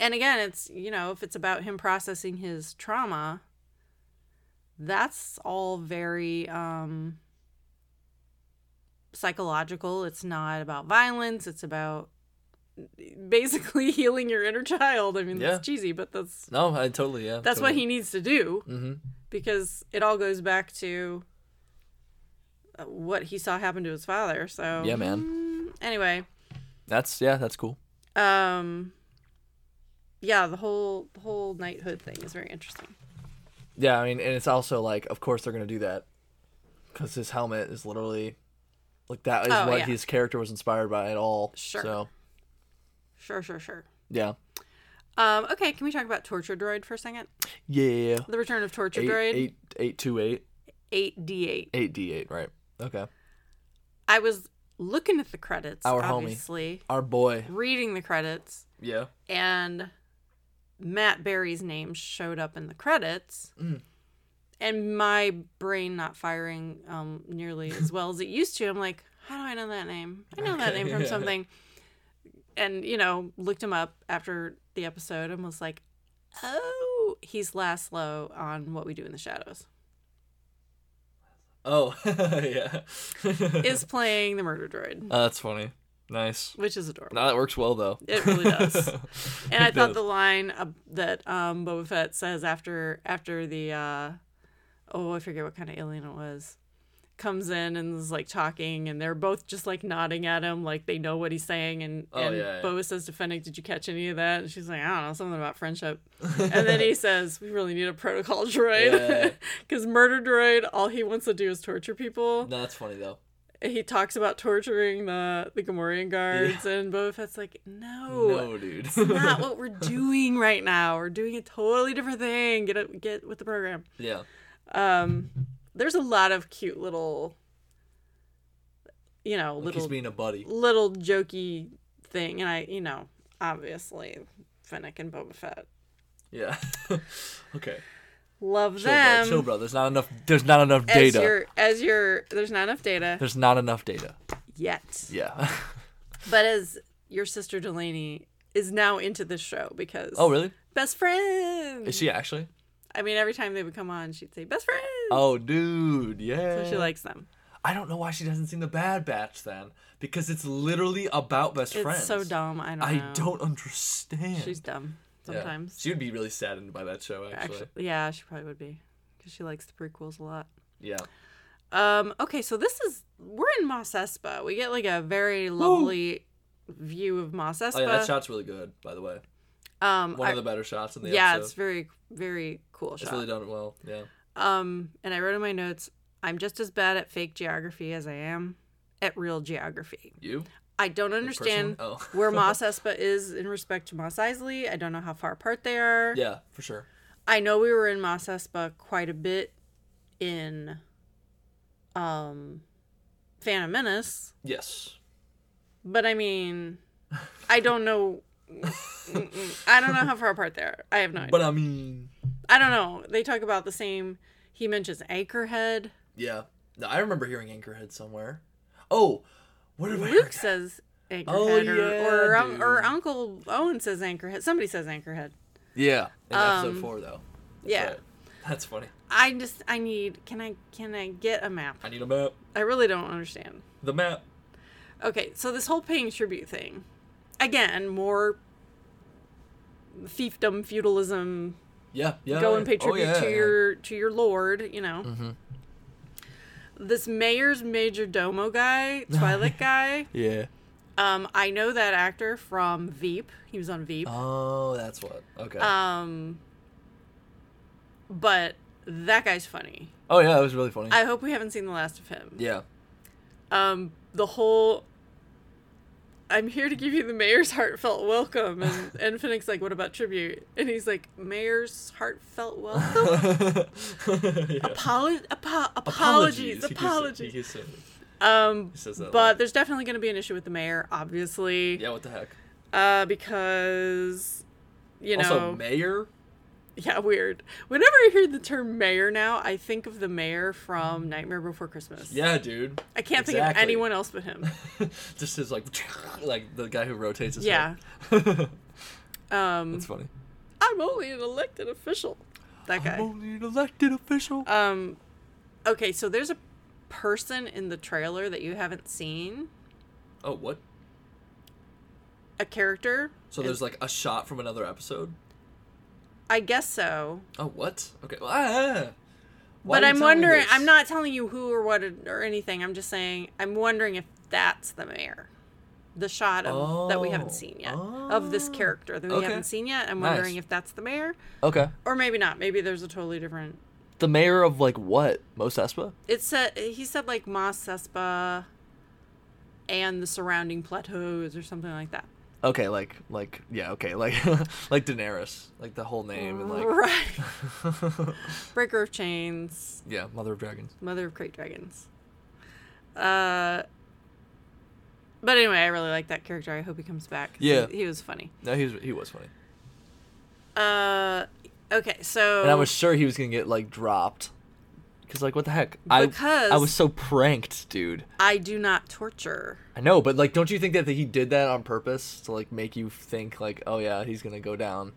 and again, it's you know, if it's about him processing his trauma, that's all very um psychological. It's not about violence. It's about basically healing your inner child. I mean, Yeah. that's cheesy, but that's No, I totally. Yeah. that's what he needs to do Mm-hmm. because it all goes back to uh, what he saw happen to his father. So Yeah, man. mm, Anyway, That's yeah. That's cool. um yeah the whole the whole knighthood thing is very interesting Yeah, I mean, and it's also like, of course they're gonna do that, because his helmet is literally, like that is Oh, what yeah. his character was inspired by at all. Sure. So sure sure sure yeah. um okay can we talk about torture droid for a second Yeah. the return of torture Eight, droid eight, eight, two, eight, 8d8 eight, D eight. Right. Okay. i was looking at the credits Our homie. obviously Our boy. reading the credits Yeah. and matt berry's name showed up in the credits Mm. and my brain not firing um, nearly as well as it used to i'm like how do i know that name i know that Okay, name from yeah. something and you know looked him up after the episode and was like oh he's laszlo on what we do in the shadows Oh. yeah. is playing the murder droid Oh, that's funny. Nice. which is adorable No, that works well though. It really does. and I It thought does. the line uh, that um, Boba Fett says after after the uh, oh I forget what kind of alien it was comes in and is like talking and they're both just like nodding at him like they know what he's saying and, Oh, and yeah, yeah. Boa says to Fennec, Did you catch any of that? And she's like, I don't know, something about friendship. and then he says, We really need a protocol Yeah. droid. Because murder droid, all he wants to do is torture people. No, that's funny though. And He talks about torturing the the Gamorrean guards and Boba Fett's like, No, no, dude. it's not what we're doing right now. We're doing a totally different thing. Get up get with the program yeah. um there's a lot of cute little you know Like he's little being a buddy. little jokey thing and i you know obviously Fennec and Boba Fett Yeah. okay. love Chill, bro. them Chill, bro. There's not enough. There's not enough Um, as data. your as your there's not enough data There's not enough data. yet Yeah. but as your sister Delaney is now into this show because oh, really? best friend Is she actually? I mean every time they would come on she'd say best friend Oh, dude. Yeah. so she likes them I don't know why she hasn't seen the Bad Batch then, because it's literally about best it's friends. so dumb I don't I know. don't understand. she's dumb Yeah. sometimes she would be really saddened by that show. Actually. Actually, yeah, she probably would be because she likes the prequels a lot. Yeah. Um, okay, so this is we're in Mos Espa. We get like a very lovely view of Mos Espa. Oh yeah, that shot's really good. By the way, um, one I- of the better shots in the yeah, it's episode. very very cool It's, shot. really done well. Yeah. um, and I wrote in my notes, I'm just as bad at fake geography as I am at real geography. You. I don't understand Personally? Oh. where Mos Espa is in respect to Mos Eisley. I don't know how far apart they are. Yeah, for sure. I know we were in Mos Espa quite a bit in um Phantom Menace, Yes. but I mean, I don't know. Mm-mm. I don't know how far apart they are. I have no idea. But I mean, I don't know. They talk about the same. He mentions Anchorhead. yeah. No, I remember hearing Anchorhead somewhere. Oh, what did I Luke says Anchorhead, Oh, yeah, or or, um, or dude. Uncle Owen says Anchorhead. Somebody says Anchorhead. Yeah. In Um, episode four, though. That's yeah, right. That's funny. I just I need. Can I can I get a map? I need a map. I really don't understand. The map. Okay, so this whole paying tribute thing, again, more fiefdom feudalism. Yeah. Yeah. go and pay Oh, tribute yeah, Mm-hmm. to yeah. your to your lord. You know. This mayor's major domo guy, Twilight guy. Yeah. Um, I know that actor from Veep. He was on Veep. Oh, that's what. Okay. Um, but that guy's funny. oh yeah, it was really funny. I hope we haven't seen the last of him. yeah. um, the whole I'm here to give you the mayor's heartfelt welcome and, and Finnick's like, What about tribute? And he's like, Mayor's heartfelt welcome? Yeah. Apolo- apo- apologies, apologies. He keeps- He keeps saying it. um He says that. a but lot. there's definitely gonna be an issue with the mayor, obviously. yeah, what the heck? Uh because you know also, mayor. Yeah, weird. Whenever I hear the term mayor now, I think of the mayor from Nightmare Before Christmas. Yeah, dude. I can't think of Exactly. anyone else but him. Just his like, like the guy who rotates his. Yeah. head. Um that's funny. I'm only an elected official. That I'm guy. only an elected official. Um, okay, so there's a person in the trailer that you haven't seen. oh, what? A character. So there's like a shot from another episode. I guess so. Oh, what? Okay. Well, ah, Why but are you I'm telling me wondering. this? I'm not telling you who or what or anything. I'm just saying. I'm wondering if that's the mayor. The shot of, that we Oh. haven't seen yet of this Oh. character that we Okay. haven't seen yet. I'm Nice. wondering if that's the mayor, Okay. or maybe not. Maybe there's a totally different. The mayor of like what? Mos Espa. It said he said like Mas Espa and the surrounding plateaus or something like that. Okay, like like yeah, okay, like like Daenerys, like the whole name and like right. Breaker of Chains, yeah, Mother of Dragons. Mother of Great Dragons. Uh, but anyway, I really like that character. I hope he comes back. He- Yeah. he, was funny. No, he was he was funny, Uh, okay, so and I was sure he was gonna get like dropped, because like what the heck? I I Because- was so pranked, dude. I do not torture. I know, but like, don't you think that he did that on purpose to like make you think like, oh yeah, he's gonna go down?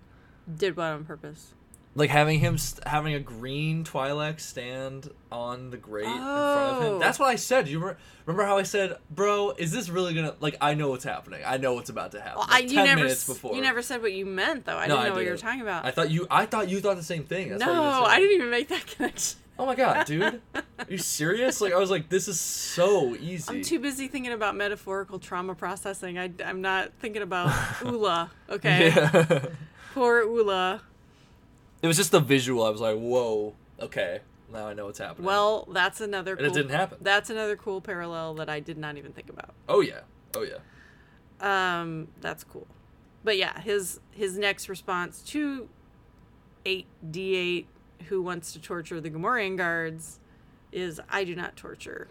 Did what on purpose? Like having him st- having a green Twi'lek stand on the grate in front of Oh. him. That's what I said. You remember, remember how I said, bro, is this really gonna like? I know what's happening. I know what's about to happen. Well, I like, you ten never s- minutes before. you never said what you meant though. I No, didn't know I what you were didn't. talking about. I thought you. I thought you thought the same thing. That's why you no, said I it. didn't even make that connection. Oh my god, dude. Are you serious? Like I was like, this is so easy. I'm too busy thinking about metaphorical trauma processing. I, am not thinking about Ula. Okay. Yeah. Poor Ula. it was just the visual. I was like, whoa, okay. Now I know what's happening. Well, that's another. And it didn't happen. That's another cool parallel that I did not even think about. Oh yeah. Oh yeah. Um, that's cool. But yeah, his his next response to eight D eight who wants to torture the Gamorrean guards is I do not torture.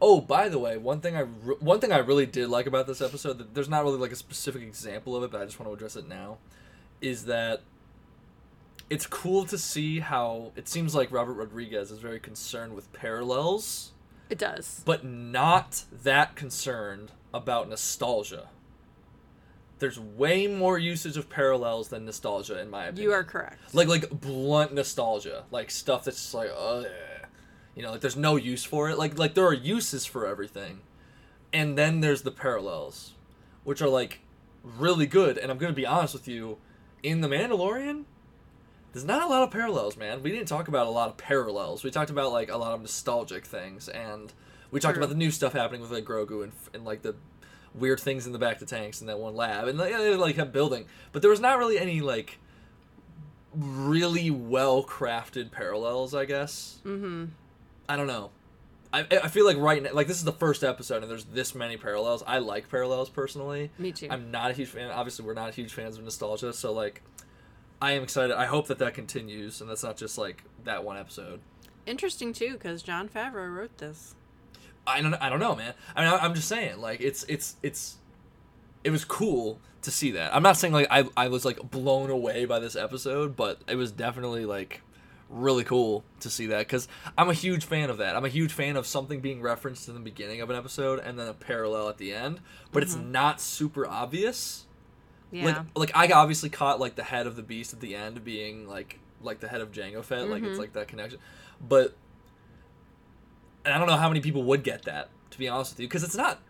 Oh, by the way, one thing I re- one thing I really did like about this episode that there's not really like a specific example of it, but I just want to address it now, is that it's cool to see how it seems like Robert Rodriguez is very concerned with parallels, It does. but not that concerned about nostalgia. There's way more usage of parallels than nostalgia, in my opinion You are correct. like like blunt nostalgia, like stuff that's just like, oh, you know, like there's no use for it. Like like there are uses for everything, and then there's the parallels, which are like really good. And I'm gonna be honest with you, in the Mandalorian, there's not a lot of parallels, man. We didn't talk about a lot of parallels. We talked about like a lot of nostalgic things, and we talked True. about the new stuff happening with like Grogu and and like the weird things in the back to tanks and that one lab and like, they, like kept building but there was not really any like really well crafted parallels i guess mm-hmm. i don't know I, I feel like right now like this is the first episode and there's this many parallels i like parallels personally Me too. i'm not a huge fan obviously we're not huge fans of nostalgia so like i am excited i hope that that continues and that's not just like that one episode Interesting too, because John Favreau wrote this. I don't I don't know, man. I mean, I, I'm just saying, like it's it's it's it was cool to see that. I'm not saying like I I was like blown away by this episode, but it was definitely like really cool to see that because I'm a huge fan of that. I'm a huge fan of something being referenced in the beginning of an episode and then a parallel at the end, but it's not super obvious. Yeah. Like, like I obviously caught like the head of the beast at the end being like like the head of Django Fett. Like Mm-hmm. it's like that connection, but and I don't know how many people would get that to be honest with you because it's not.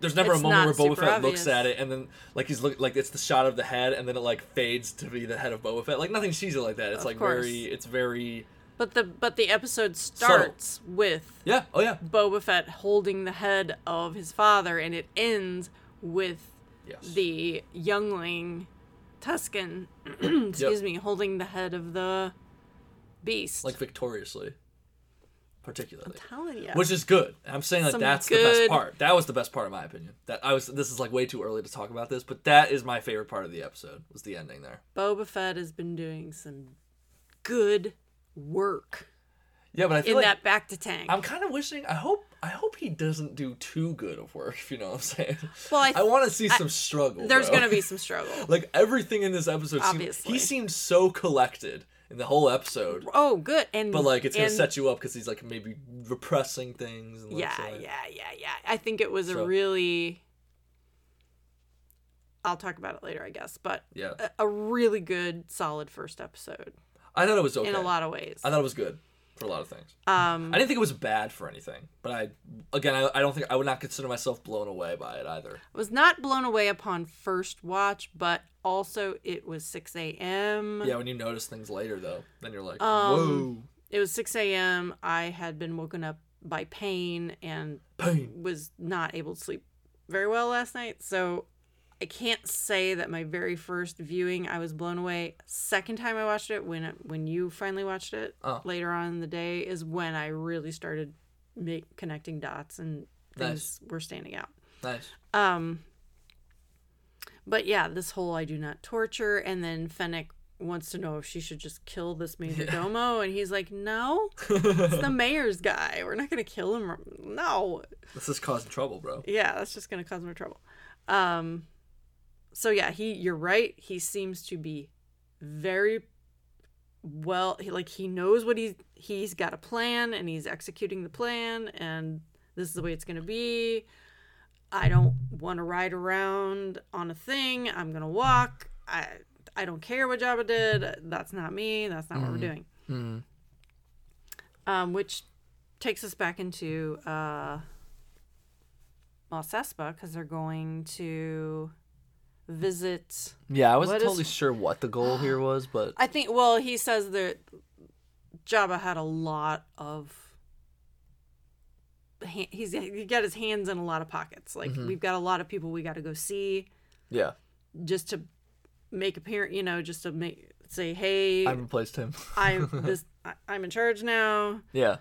There's never It's a not moment where Boba super Fett looks obvious. at it and then like he's look like it's the shot of the head and then it like fades to be the head of Boba Fett. Like nothing sees it like that. It's Of like course. very it's very but the but the episode starts with yeah oh yeah Boba Fett holding the head of his father, and it ends with yes the youngling Tuscan, excuse me, holding the head of the beast. like victoriously particularly. I'm telling you. which is good. And I'm saying like Some that's the best good- part. That was the best part in my opinion. That I was. This is like way too early to talk about this, but that is my favorite part of the episode. Was the ending there? Boba Fett has been doing some good work Yeah, but I feel in like that back to tank. I'm kind of wishing. I hope. I hope he doesn't do too good of work. If you know what I'm saying. Well, I I th- want to see some struggle. There's bro. going to be some struggle. like everything in this episode. Seemed, Obviously. he seemed so collected in the whole episode. Oh, good. And But like it's gonna and- set you up because he's like maybe repressing things. And like, Yeah, so- yeah, yeah, yeah. I think it was So- a really. I'll talk about it later, I guess, but yeah. a, a really good, solid first episode I thought it was okay. in a lot of ways. I thought it was good for a lot of things. Um, I didn't think it was bad for anything, but I again I, I don't think I would not consider myself blown away by it either. was not blown away upon first watch, but also it was 6 a.m. Yeah, when you notice things later though, then you're like, Um, It was 6 a.m. I had been woken up by pain and whoa, pain. was not able to sleep very well last night. So I can't say that my very first viewing I was blown away. Second time I watched it when when you finally watched it Oh. later on in the day is when I really started make, connecting dots and things were standing out. Nice. Um, but yeah, this whole I do not torture, and then Fennec wants to know if she should just kill this major domo, and he's like, no, it's the mayor's guy. We're not gonna kill him. No, This is causing trouble, bro. yeah, that's just gonna cause more trouble. Um, so yeah, he, you're right. He seems to be very well. He, like he knows what he's he's got a plan and he's executing the plan, and this is the way it's gonna be. I don't want to ride around on a thing. I'm gonna walk. I I don't care what Jabba did. That's not me. That's not what we're doing. Um, which takes us back into uh, Mos Espa because they're going to visit. Yeah, I wasn't What is- totally sure what the goal here was, but I think. Well, he says that Jabba had a lot of. ha- He's he got his hands in a lot of pockets. Like we've got a lot of people we got to go see Yeah. just to make a parent, you know, just to make say, hey, I I'm, replaced him. this, I, I'm in charge now, yeah.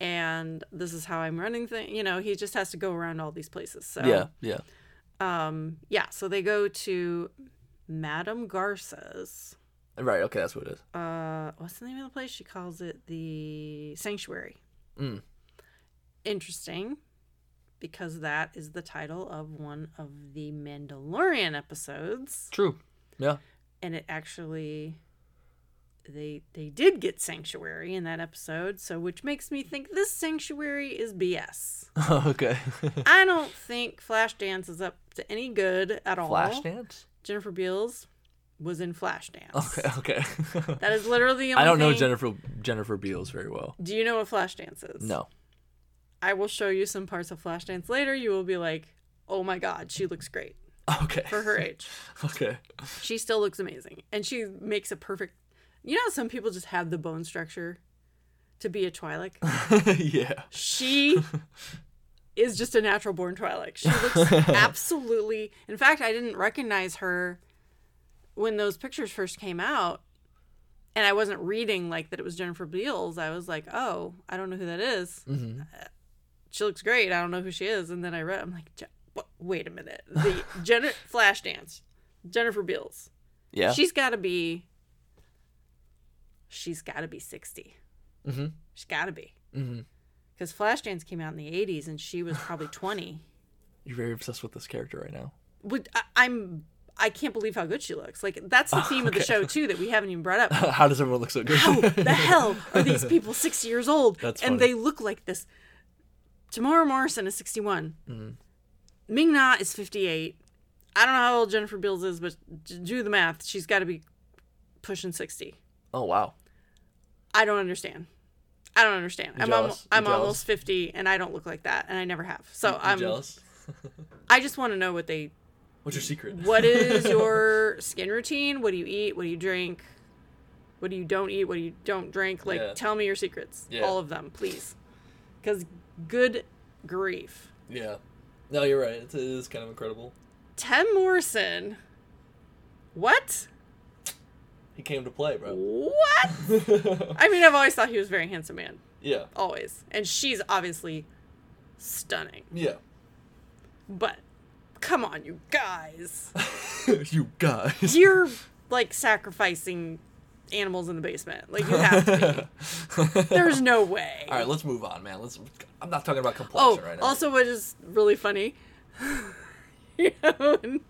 and this is how I'm running things. You know, he just has to go around all these places. So Yeah. Yeah. um, yeah. So they go to Madame Garza's. Right. Okay. That's what it is. uh what's the name of the place she calls it the sanctuary Mm. interesting because that is the title of one of the mandalorian episodes True. Yeah. and it actually they they did get sanctuary in that episode so which makes me think this sanctuary is bs okay. i don't think flashdance is up to any good at all Flashdance. jennifer beals was in flashdance Okay. Okay. that is literally the only I don't know thing- Jennifer Jennifer Beals very well. do you know what flashdance is No. I will show you some parts of Flashdance later. You will be like, oh my God, she looks great Okay. for her age. Okay. she still looks amazing. And she makes a perfect. You know, how some people just have the bone structure to be a Twi'lek. yeah. She is just a natural born Twi'lek. She looks absolutely. In fact, I didn't recognize her when those pictures first came out. And I wasn't reading like that it was Jennifer Beals. I was like, oh, I don't know who that is. Uh, She looks great. I don't know who she is. And then I read, I'm like, Je- what? wait a minute. The Jen- Flashdance, Jennifer Beals. Yeah. She's got to be. She's got to be 60. Mhm. She's got to be. Mhm. Because Flashdance came out in the 80s and she was probably 20. You're very obsessed with this character right now. Would I, I'm. I can't believe how good she looks. Like that's the theme of the okay. show too that we haven't even brought up. How does everyone look so good? How the hell are these people 60 years old That's and funny. they look like this? Tamara Morrison is 61. Mm-hmm. Ming Na is 58. I don't know how old Jennifer Beals is, but j- do the math. She's got to be pushing 60. oh wow. I don't understand. I don't understand. I'm jealous? almost, I'm You jealous? almost 50 and I don't look like that and I never have. So I'm jealous. I just want to know what they What's your secret? what is your skin routine? What do you eat? What do you drink? What do you don't eat? What do you don't drink? Like Yeah. tell me your secrets. Yeah. All of them, please. Cuz good grief. Yeah. No, you're right. It's, it is kind of incredible. Tim Morrison. What? He came to play, bro. What? I mean, I've always thought he was a very handsome man, yeah. always. And she's obviously stunning. Yeah. But come on, you guys. you guys. You're like sacrificing animals in the basement. Like you have to be. There's no way. All right, let's move on, man. Let's. I'm not talking about oh, compulsion right now. also what is really funny. you know, and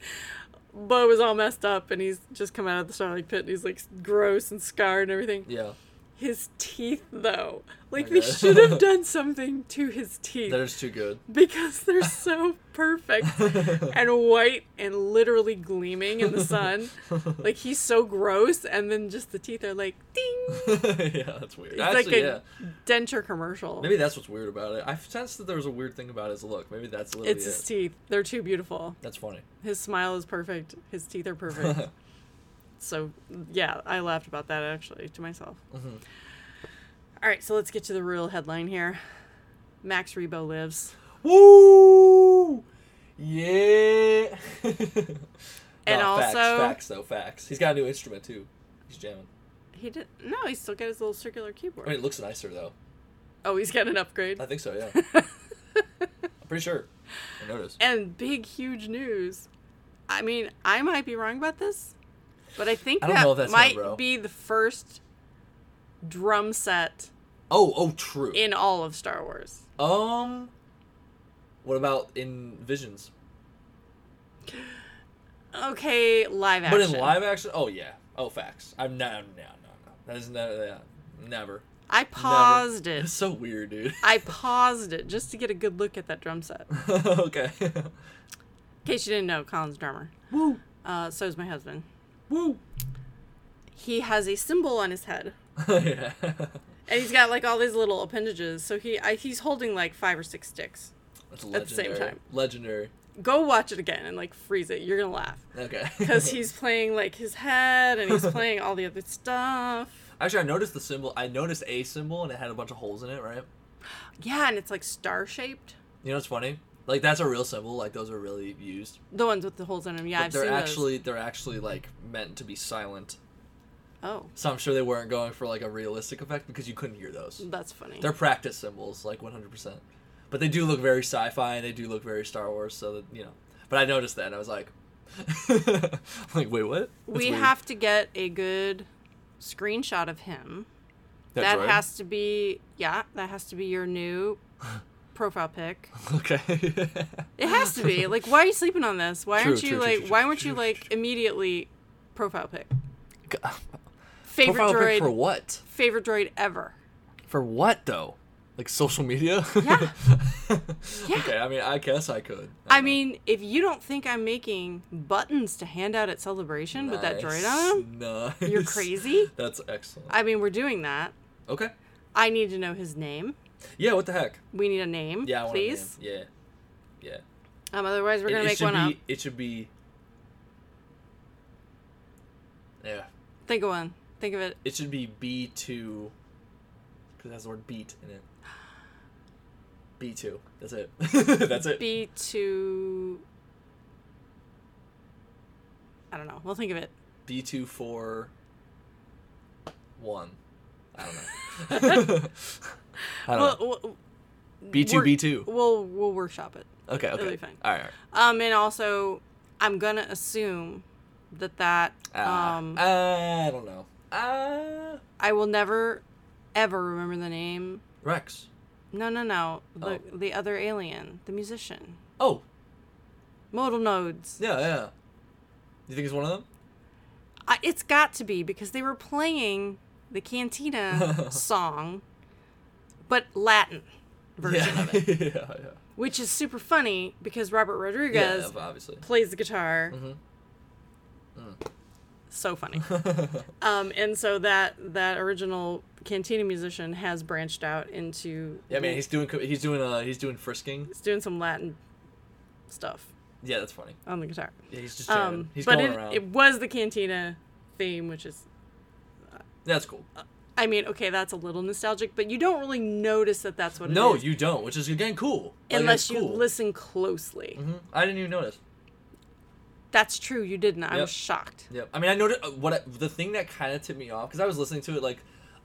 Bo was all messed up and he's just come out of the Starlight Pit and he's like gross and scarred and everything. yeah. Oh His teeth though. Like they Okay. should have done something to his teeth. That is too good. because they're so perfect and white and literally gleaming in the sun. Like he's so gross, and then just the teeth are like ding. yeah, that's weird. It's Actually, like a yeah. denture commercial. Maybe that's what's weird about it. I sensed that there was a weird thing about his look. Maybe that's literally it's it. his teeth. They're too beautiful. that's funny. His smile is perfect. His teeth are perfect. so yeah, I laughed about that actually to myself. Mm-hmm. All right, so let's get to the real headline here. Max Rebo lives. Woo! Yeah. And Nah, facts, also- facts though, facts. He's got a new instrument too. He's jamming. He did no. He still got his little circular keyboard. I mean, it looks nicer though. oh, he's got an upgrade. I think so. Yeah. I'm pretty sure. I noticed. and big huge news. I mean, I might be wrong about this, but I think I don't that know if that's him, might bro. be the first drum set Oh, oh, true. in all of Star Wars. Um, what about in Visions? Okay, live action. But in live action, oh yeah, oh facts. I'm no, no, no, no. That is never, yeah, never. I paused never. It's it. so weird, dude. I paused it just to get a good look at that drum set. In okay. case you didn't know, Colin's a drummer. woo, Uh, so is my husband. woo. He has a symbol on his head, yeah. and he's got like all these little appendages. So he I, he's holding like five or six sticks. That's At the same legendary. time. Legendary. Go watch it again and like freeze it. You're gonna laugh. Okay. because he's playing like his head and he's playing all the other stuff. Actually, I noticed the symbol. I noticed a symbol, and it had a bunch of holes in it, right? Yeah, and it's like star shaped. You know what's funny? Like that's a real symbol. Like those are really used. The ones with the holes in them. Yeah, but I've they're seen actually they're actually like meant to be silent. those. Oh, So I'm sure they weren't going for like a realistic effect because you couldn't hear those. that's funny. They're practice symbols, like 100%. But they do look very sci-fi and they do look very Star Wars. So that you know. But I noticed that and I was like, like wait, what? That's we weird. have to get a good screenshot of him. That's that right. has to be yeah. That has to be your new profile pic. okay. It has to be. Like, why are you sleeping on this? Why True, aren't you true, true, like? true, why true, weren't you true, like immediately profile pic? God. Favorite Profile pic droid. for what? Favorite droid ever. For what though? Like social media? Yeah. Yeah. Okay, I mean, I guess I could. I don't know. mean, if you don't think I'm making buttons to hand out at celebration with that droid on them, Nice. you're Nice. crazy. That's excellent. I mean, we're doing that. Okay. I need to know his name. Yeah. What the heck? We need a name, Yeah. I want a name. please. Yeah. Yeah. Um, otherwise, we're It- gonna it make should one be, up. It should be. Yeah. Think of one. Think of it. It should be B two. Because it has the word beat in it. B two. That's it. That's it. B two. I don't know. We'll think of it. B two four. One. I don't know. I don't know. We'll- we'll- B two we're- B two. We'll we'll workshop it. Okay. Okay. be fine. All right. all right. Um, and also, I'm gonna assume that that Ah, um, I don't know. Uh, I will never, ever remember the name. Rex. No, no, no. The Oh. the other alien, the musician, Oh, modal nodes. yeah, yeah. You think it's one of them? I, it's got to be because they were playing the Cantina song, but Latin version yeah. of it, yeah, yeah. which is super funny because Robert Yeah, Mm-hmm. Rodriguez obviously. plays the guitar. Mm. Mhm. So funny. Um, and so that that original cantina musician has branched out into yeah, man, he's doing co- he's doing uh he's doing frisking. he's doing some Latin stuff Yeah, that's funny. on the guitar. Yeah, he's just jamming. Um, he's but going it, around. it was the cantina theme, which is that's cool. I mean, okay, that's a little nostalgic, but you don't really notice that that's what it is No, you don't, which is again cool. Like, unless it's you cool. listen closely. Mhm. I didn't even notice. That's true. You didn't. I Yep. was shocked. Yeah, I mean, I noticed uh, what I, the thing that kind of tipped me off because I was listening to it like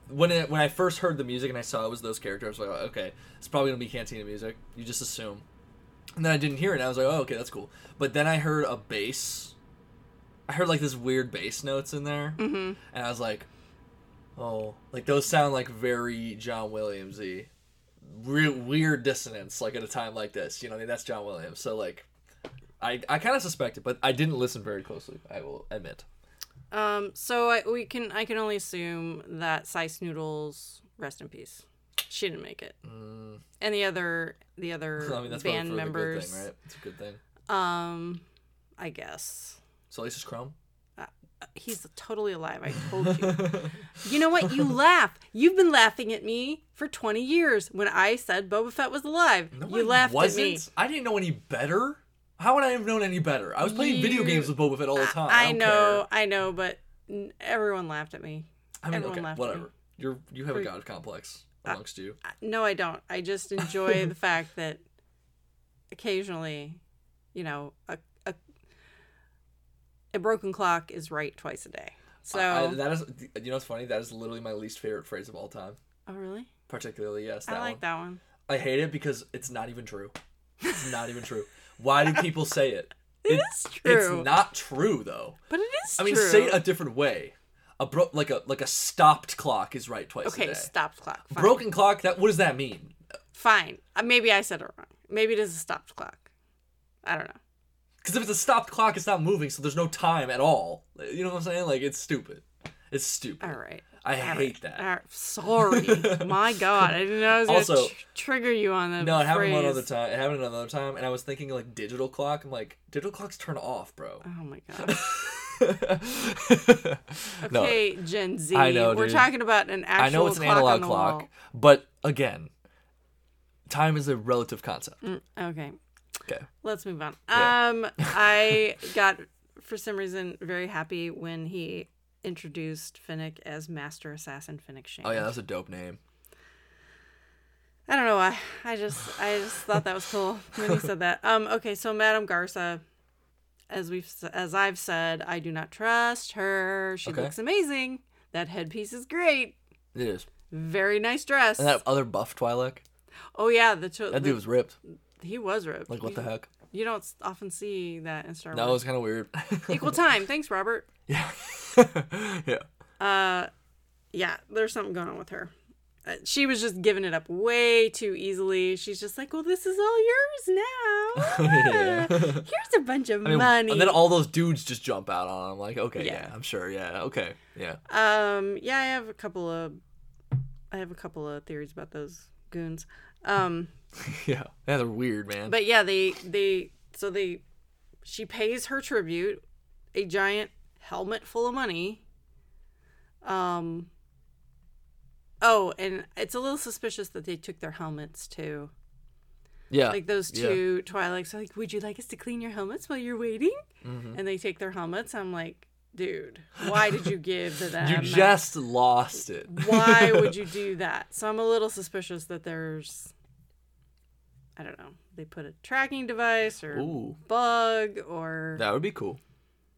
when it, when I first heard the music and I saw it was those characters. I was like, "Oh, okay, it's probably gonna be cantina music. You just assume, and then I didn't hear it. and I was like, oh, okay, that's cool. But then I heard a bass. I heard like this weird bass notes in there, hmm and I was like, oh, like those sound like very John Williamsy, real weird dissonance like at a time like this. You know, I mean, that's John Williams. So like, I I kind of suspected, but I didn't listen very closely. I will admit. Um, so I we can I can only assume that Sice Noodles rest in peace. She didn't make it, and the other the other Mm. I mean, that's band probably for members. a good thing, right? It's a good thing. Um, I guess So Lisa's Chrome. he's totally alive. I told you. you know what? You laugh. You've been laughing at me for twenty years when I said Boba Fett was alive. you laughed at me. I didn't know any better. How would I have known any better? I was playing video You- games with Boba Fett all the time. I, don't know, I know, but n- everyone laughed at me. Care. I mean, everyone okay, laughed at me. uh, whatever. You're you have a god complex amongst you. I- No, I don't. I just enjoy the fact that occasionally, you know, a, a a broken clock is right twice a day. So, I- I- that is, you know, what's funny. That is literally my least favorite phrase of all time. oh really? Particularly, yes, that I like one. that one. I hate it because it's not even true. It's not even true. Why do people say it? It is true, It's not true though. but it is I mean, true. say it a different way. A bro- like a like a stopped clock is right twice a okay, day. stopped clock. Fine. Broken clock. That what does that mean? Fine. Uh, maybe I said it wrong. Maybe it is a stopped clock. I don't know. Because if it's a stopped clock, it's not moving, so there's no time at all. You know what I'm saying? Like it's stupid. It's stupid. All right. I All hate right. that. All right. Sorry. My God, I didn't know I was Also- gonna tr- trigger you on the No, it happened one phrase. other time. It happened another time, and I was thinking like digital clock. I'm like, digital clocks turn off, bro. Oh my God. No, Uh, Okay, Gen Z. I know, We're dude. talking about an actual. I know it's an clock on analog the clock, but again, time is a relative concept. Oh, Wall. Mm, Okay, Okay. let's move on. Yeah. Um, I got for some reason very happy when he introduced Finnick as Master Assassin Finnick Shane. Oh yeah, that's a dope name. I don't know why. I just I just thought that was cool when he said that. Um. Okay. So Madame Garza, as we've as I've said, I do not trust her. She Okay. looks amazing. That headpiece is great. It is. Very nice dress. And that other buff Twi'lek, oh yeah, the, to- that dude was ripped. he was ripped. Like what you, the heck? You don't s- often see that in Star Wars. That was kind of weird. Equal time. Thanks, Robert. yeah. yeah. yeah, there's something going on with her. Uh, She was just giving it up way too easily. She's just like, "Well, this is all yours now. Yeah. Ah, Here's a bunch of I mean, money." And then all those dudes just jump out on him. Like, okay, yeah. Yeah. I'm sure. Yeah, okay, yeah. um, yeah, I have a couple of, I have a couple of theories about those goons. Um, yeah. Yeah, they're weird, man. but yeah, they they so they, she pays her tribute, a giant helmet full of money. Um. Oh, and it's a little suspicious that they took their helmets too. yeah. like those yeah. two Twilights are like, would you like us to clean your helmets while you're waiting? Mm-hmm. And they take their helmets. I'm like, dude, why did you give to them? You that? just lost it. why would you do that? So I'm a little suspicious that there's, I don't know, they put a tracking device or Ooh. bug or. That would be cool.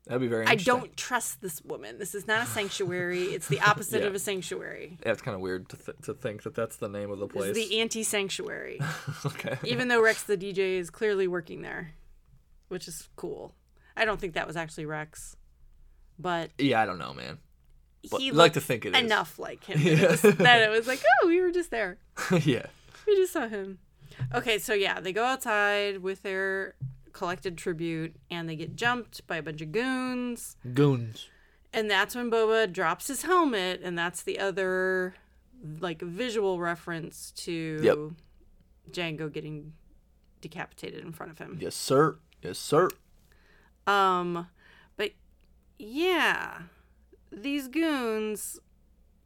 That'd be very. I Interesting. don't trust this woman. This is not a sanctuary. It's the opposite Yeah. of a sanctuary. Yeah, it's kind of weird to th- to think that that's the name of the place. It's the anti-sanctuary. okay. even though Rex the DJ is clearly working there, which is cool. I don't think that was actually Rex, but Yeah, I don't know, man. But he you like looked to think it is. enough like him Yeah. that it was like, oh, we were just there. yeah. We just saw him. Okay, so yeah, they go outside with their collected tribute and they get jumped by a bunch of goons. Goons. And that's when Boba drops his helmet, and that's the other like visual reference to Django getting decapitated in front of him. Yes, sir. Yes, sir. Um, but yeah, these goons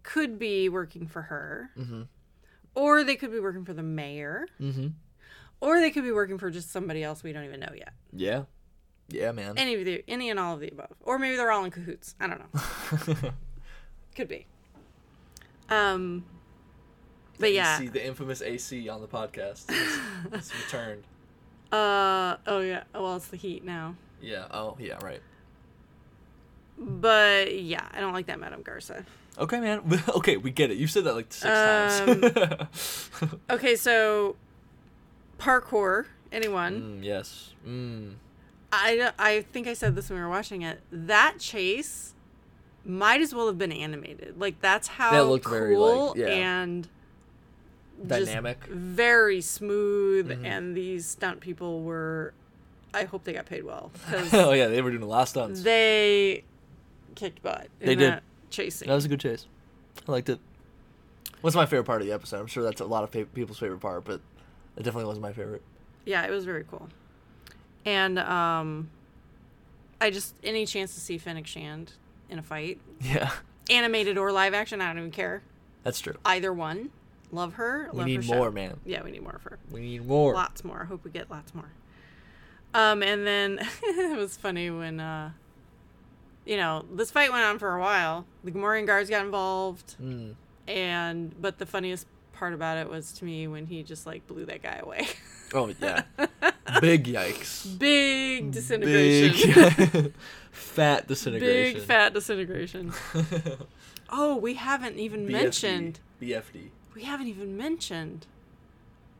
could be working for her, Mm-hmm. or they could be working for the mayor, Mhm. or they could be working for just somebody else we don't even know yet. Yeah. Yeah, man. Any of the, any and all of the above, or maybe they're all in cahoots. I don't know. could be. Um, but yeah. You see the infamous AC on the podcast. It's, it's returned. Uh, oh yeah. Well, it's the heat now. Yeah. Oh, yeah. Right. But yeah, I don't like that Madame Garza. Okay, man. okay, we get it. You said that like six Um, times. Okay, so parkour. Anyone? Mm, yes. Mm. I, I think I said this when we were watching it. That chase might as well have been animated. Like that's how That looked cool very, like, yeah. and just Dynamic. Mm-hmm. very smooth. And these stunt people were. I hope they got paid well because oh yeah, they were doing a lot of stunts. they kicked butt. In They did. that chasing. That was a good chase. I liked it. What's my favorite part of the episode? I'm sure that's a lot of pe- people's favorite part, but it definitely was my favorite. yeah, it was very cool. And um, I just any chance to see Fennec Shand in a fight, Yeah, animated or live action, I don't even care. that's true. either one. Love her. We love her need show. more, man. Yeah, we need more of her. We need more. Lots more. I hope we get lots more. Um, and then it was funny when uh, you know, this fight went on for a while. The Gamorrean guards got involved, Mm. and but the funniest part about it was to me when he just like blew that guy away. Oh yeah, big yikes. Big disintegration. Big, fat Big, disintegration. fat disintegration. oh, we haven't even mentioned. BFD. We haven't even mentioned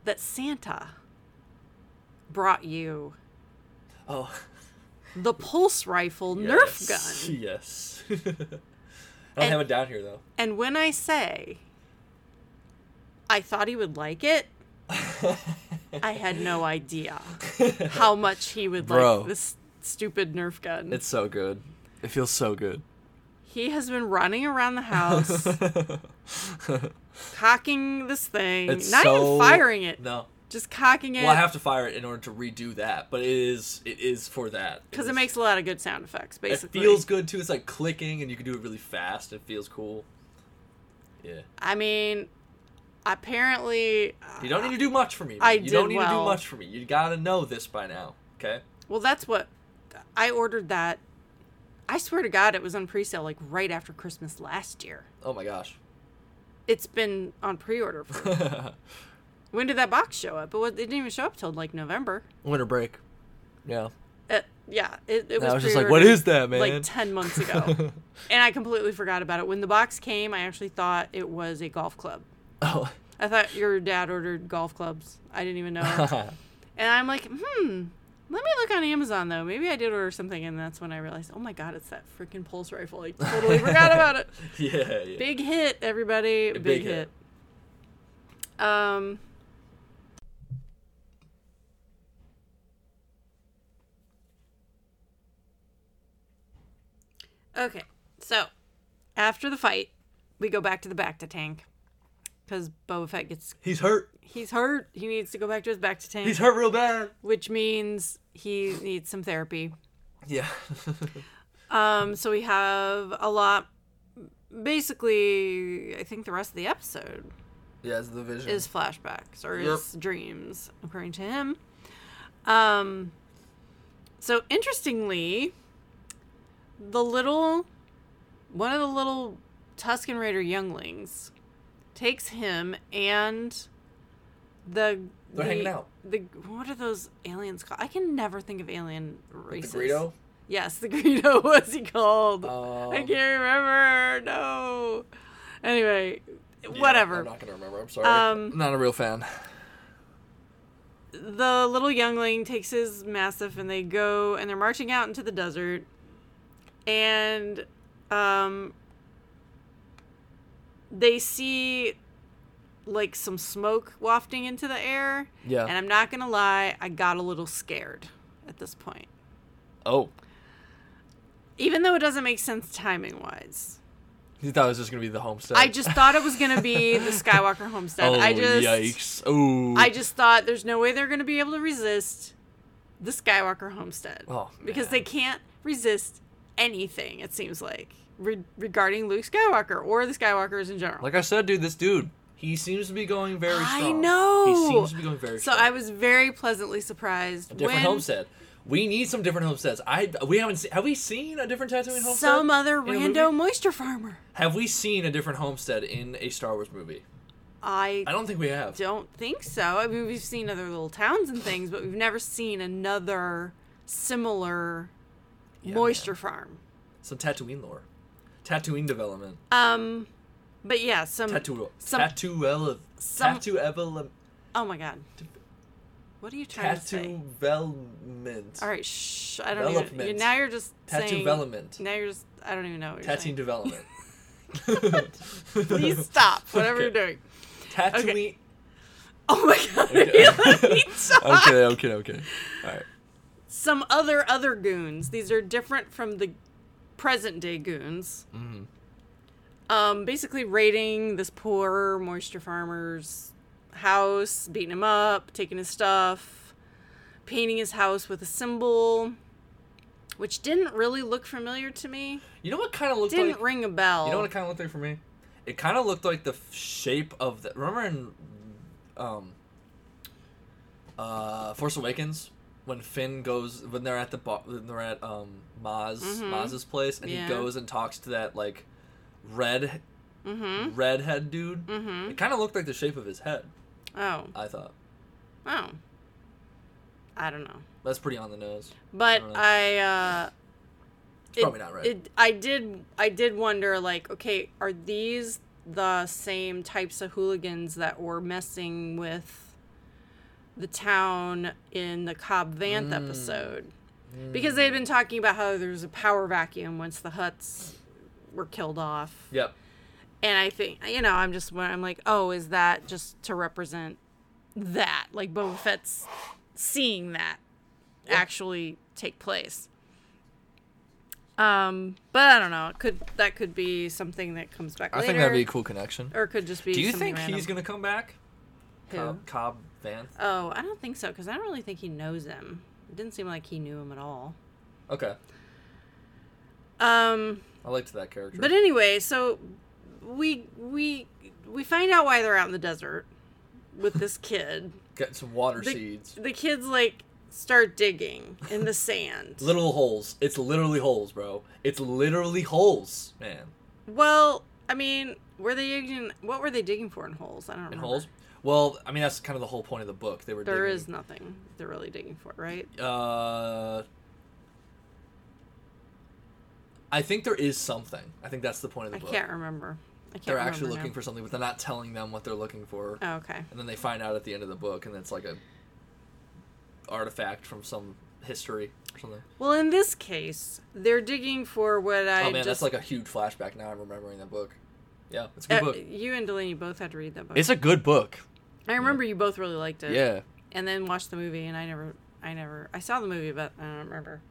that Santa brought you Oh, the pulse rifle Nerf gun. Yes. I don't And- have it down here though. And when I say I thought he would like it, I had no idea how much he would Bro. like this stupid Nerf gun. It's so good. It feels so good. He has been running around the house, cocking this thing, It's not so- even firing it, No. just cocking it. Well, I have to fire it in order to redo that, but it is it is for that. because it is- makes a lot of good sound effects, it basically. feels good too. It's like clicking, and you can do it really fast. It feels cool. Yeah, I mean, apparently, uh, you don't need to do much for me. I man. you don't did need to well. do much for me. You gotta know this by now, okay? Well, that's what I ordered that. I swear to God, it was on pre-sale like right after Christmas last year. Oh my gosh. It's been on pre-order. For, when did that box show up? It, was, it didn't even show up till like November. Winter break. Yeah. Uh, yeah, it, it And was. I was just like, pre-ordered, what is that, man? Like ten months ago, and I completely forgot about it. When the box came, I actually thought it was a golf club. oh. I thought your dad ordered golf clubs. I didn't even know. And I'm like, hmm, let me look on Amazon though. Maybe I did order something, and that's when I realized, oh my god, it's that freaking pulse rifle. I totally forgot about it. yeah, yeah. Big hit, everybody. Big, big hit. hit. Um. Okay, so after the fight, we go back to the back to tank because Boba Fett gets He's hurt. he's hurt. He needs to go back to his back to tank He's hurt real bad. which means he needs some therapy. Yeah. Um, so we have a lot. Basically, I think the rest of the episode yeah, it's the vision. is flashbacks or Yep. is dreams, according to him. Um, so interestingly, the little one of the little Tuscan Raider younglings takes him and the They're the, hanging out. The what are those aliens called? I can never think of alien the races. Greedo. Yes, the Greedo. What's he called? I Um, can't remember. No. Anyway, yeah, whatever. I'm not gonna remember. I'm sorry. Um, not a real fan. the little youngling takes his mastiff and they go and they're marching out into the desert and um they see like some smoke wafting into the air Yeah. and i'm not gonna lie i got a little scared at this point oh, even though it doesn't make sense timing wise you thought it was just gonna be the homestead. i just thought it was gonna be the skywalker homestead Oh i just yikes! Oh. I just thought there's no way they're going to be able to resist the Skywalker homestead. Oh, because man. they can't resist anything, it seems like, re- regarding Luke Skywalker or the Skywalkers in general. Like I said, dude, this dude, he seems to be going very I strong. know. He seems to be going very so strong. I was very pleasantly surprised. different when homestead. We need some different homesteads. I we haven't seen, have we seen a different tattooing homestead? Some other in a movie? rando moisture farmer. Have we seen a different homestead in a Star Wars movie? I I don't think we have. don't think so. I mean, we've seen other little towns and things, but we've never seen another similar Yeah, moisture farm. Some Tatooine lore, Tatooine development, Um, but yeah, some tattoo, some- tattoo, ele- some- tattoo evel- Oh my god. What are you trying to say? tattoo development, All right, shh. I don't even. Development. you- Now you're just tattoo saying. development, Now you're just. I don't even know what you're tattoo saying. development, Please stop. Whatever Okay. you're doing. tattooing. Oh my god. are you letting me talk? okay, okay, okay. All right. Some other other goons. These are different from the present day goons. Mhm. Um, basically raiding this poor moisture farmer's house, beating him up, taking his stuff, painting his house with a symbol, which didn't really look familiar to me. You know what kind of looked didn't like? ring a bell. You know what it kind of looked like for me? It kind of looked like the f- shape of the. Remember in, um, uh, Force Awakens when Finn goes when they're at the bar when they're at um Maz Mhm. Maz's place and Yeah. he goes and talks to that like red Mm-hmm. redhead dude. Mm-hmm. It kind of looked like the shape of his head. Oh. I thought Oh. I don't know. that's pretty on the nose. But don't know. I, uh It's probably not right. It, I did I did wonder like, okay, are these the same types of hooligans that were messing with the town in the Cobb Vanth Mm. episode? Because they had been talking about how there was a power vacuum once the huts were killed off. Yep. and I think you know, I'm just I'm like, oh, is that just to represent that? Like Boba Fett's seeing that actually take place. Um, but I don't know. It could that could be something that comes back I later, think that'd be a cool connection. or it could just be. Do you something think he's random. gonna come back? Who? Cobb, Cobb Vanth. Oh, I don't think so because I don't really think he knows him. It didn't seem like he knew him at all. Okay, Um, I liked that character. But anyway, so we we we find out why they're out in the desert with this kid. Get some water The, seeds. the kid's like start digging in the sand. Little holes. It's literally holes, bro. It's literally holes, man. well, I mean, were they digging? What were they digging for in holes? I don't In remember. holes. Well, I mean that's kind of the whole point of the book. They were There digging, is nothing they're really digging for, right? Uh, I think there is something. I think that's the point of the I book. can't remember. I can't they're remember actually now. looking for something, but they're not telling them what they're looking for. Oh, okay. And then they find out at the end of the book, and it's like a artifact from some history or something. Well, in this case, they're digging for what I oh man, just. that's like a huge flashback. Now I'm remembering that book. Yeah, it's a good Uh, book. you and Delaney both had to read that book. It's a good book. I remember you both really liked it. Yeah, And then watched the movie, and I never, I never, I saw the movie, but I don't remember.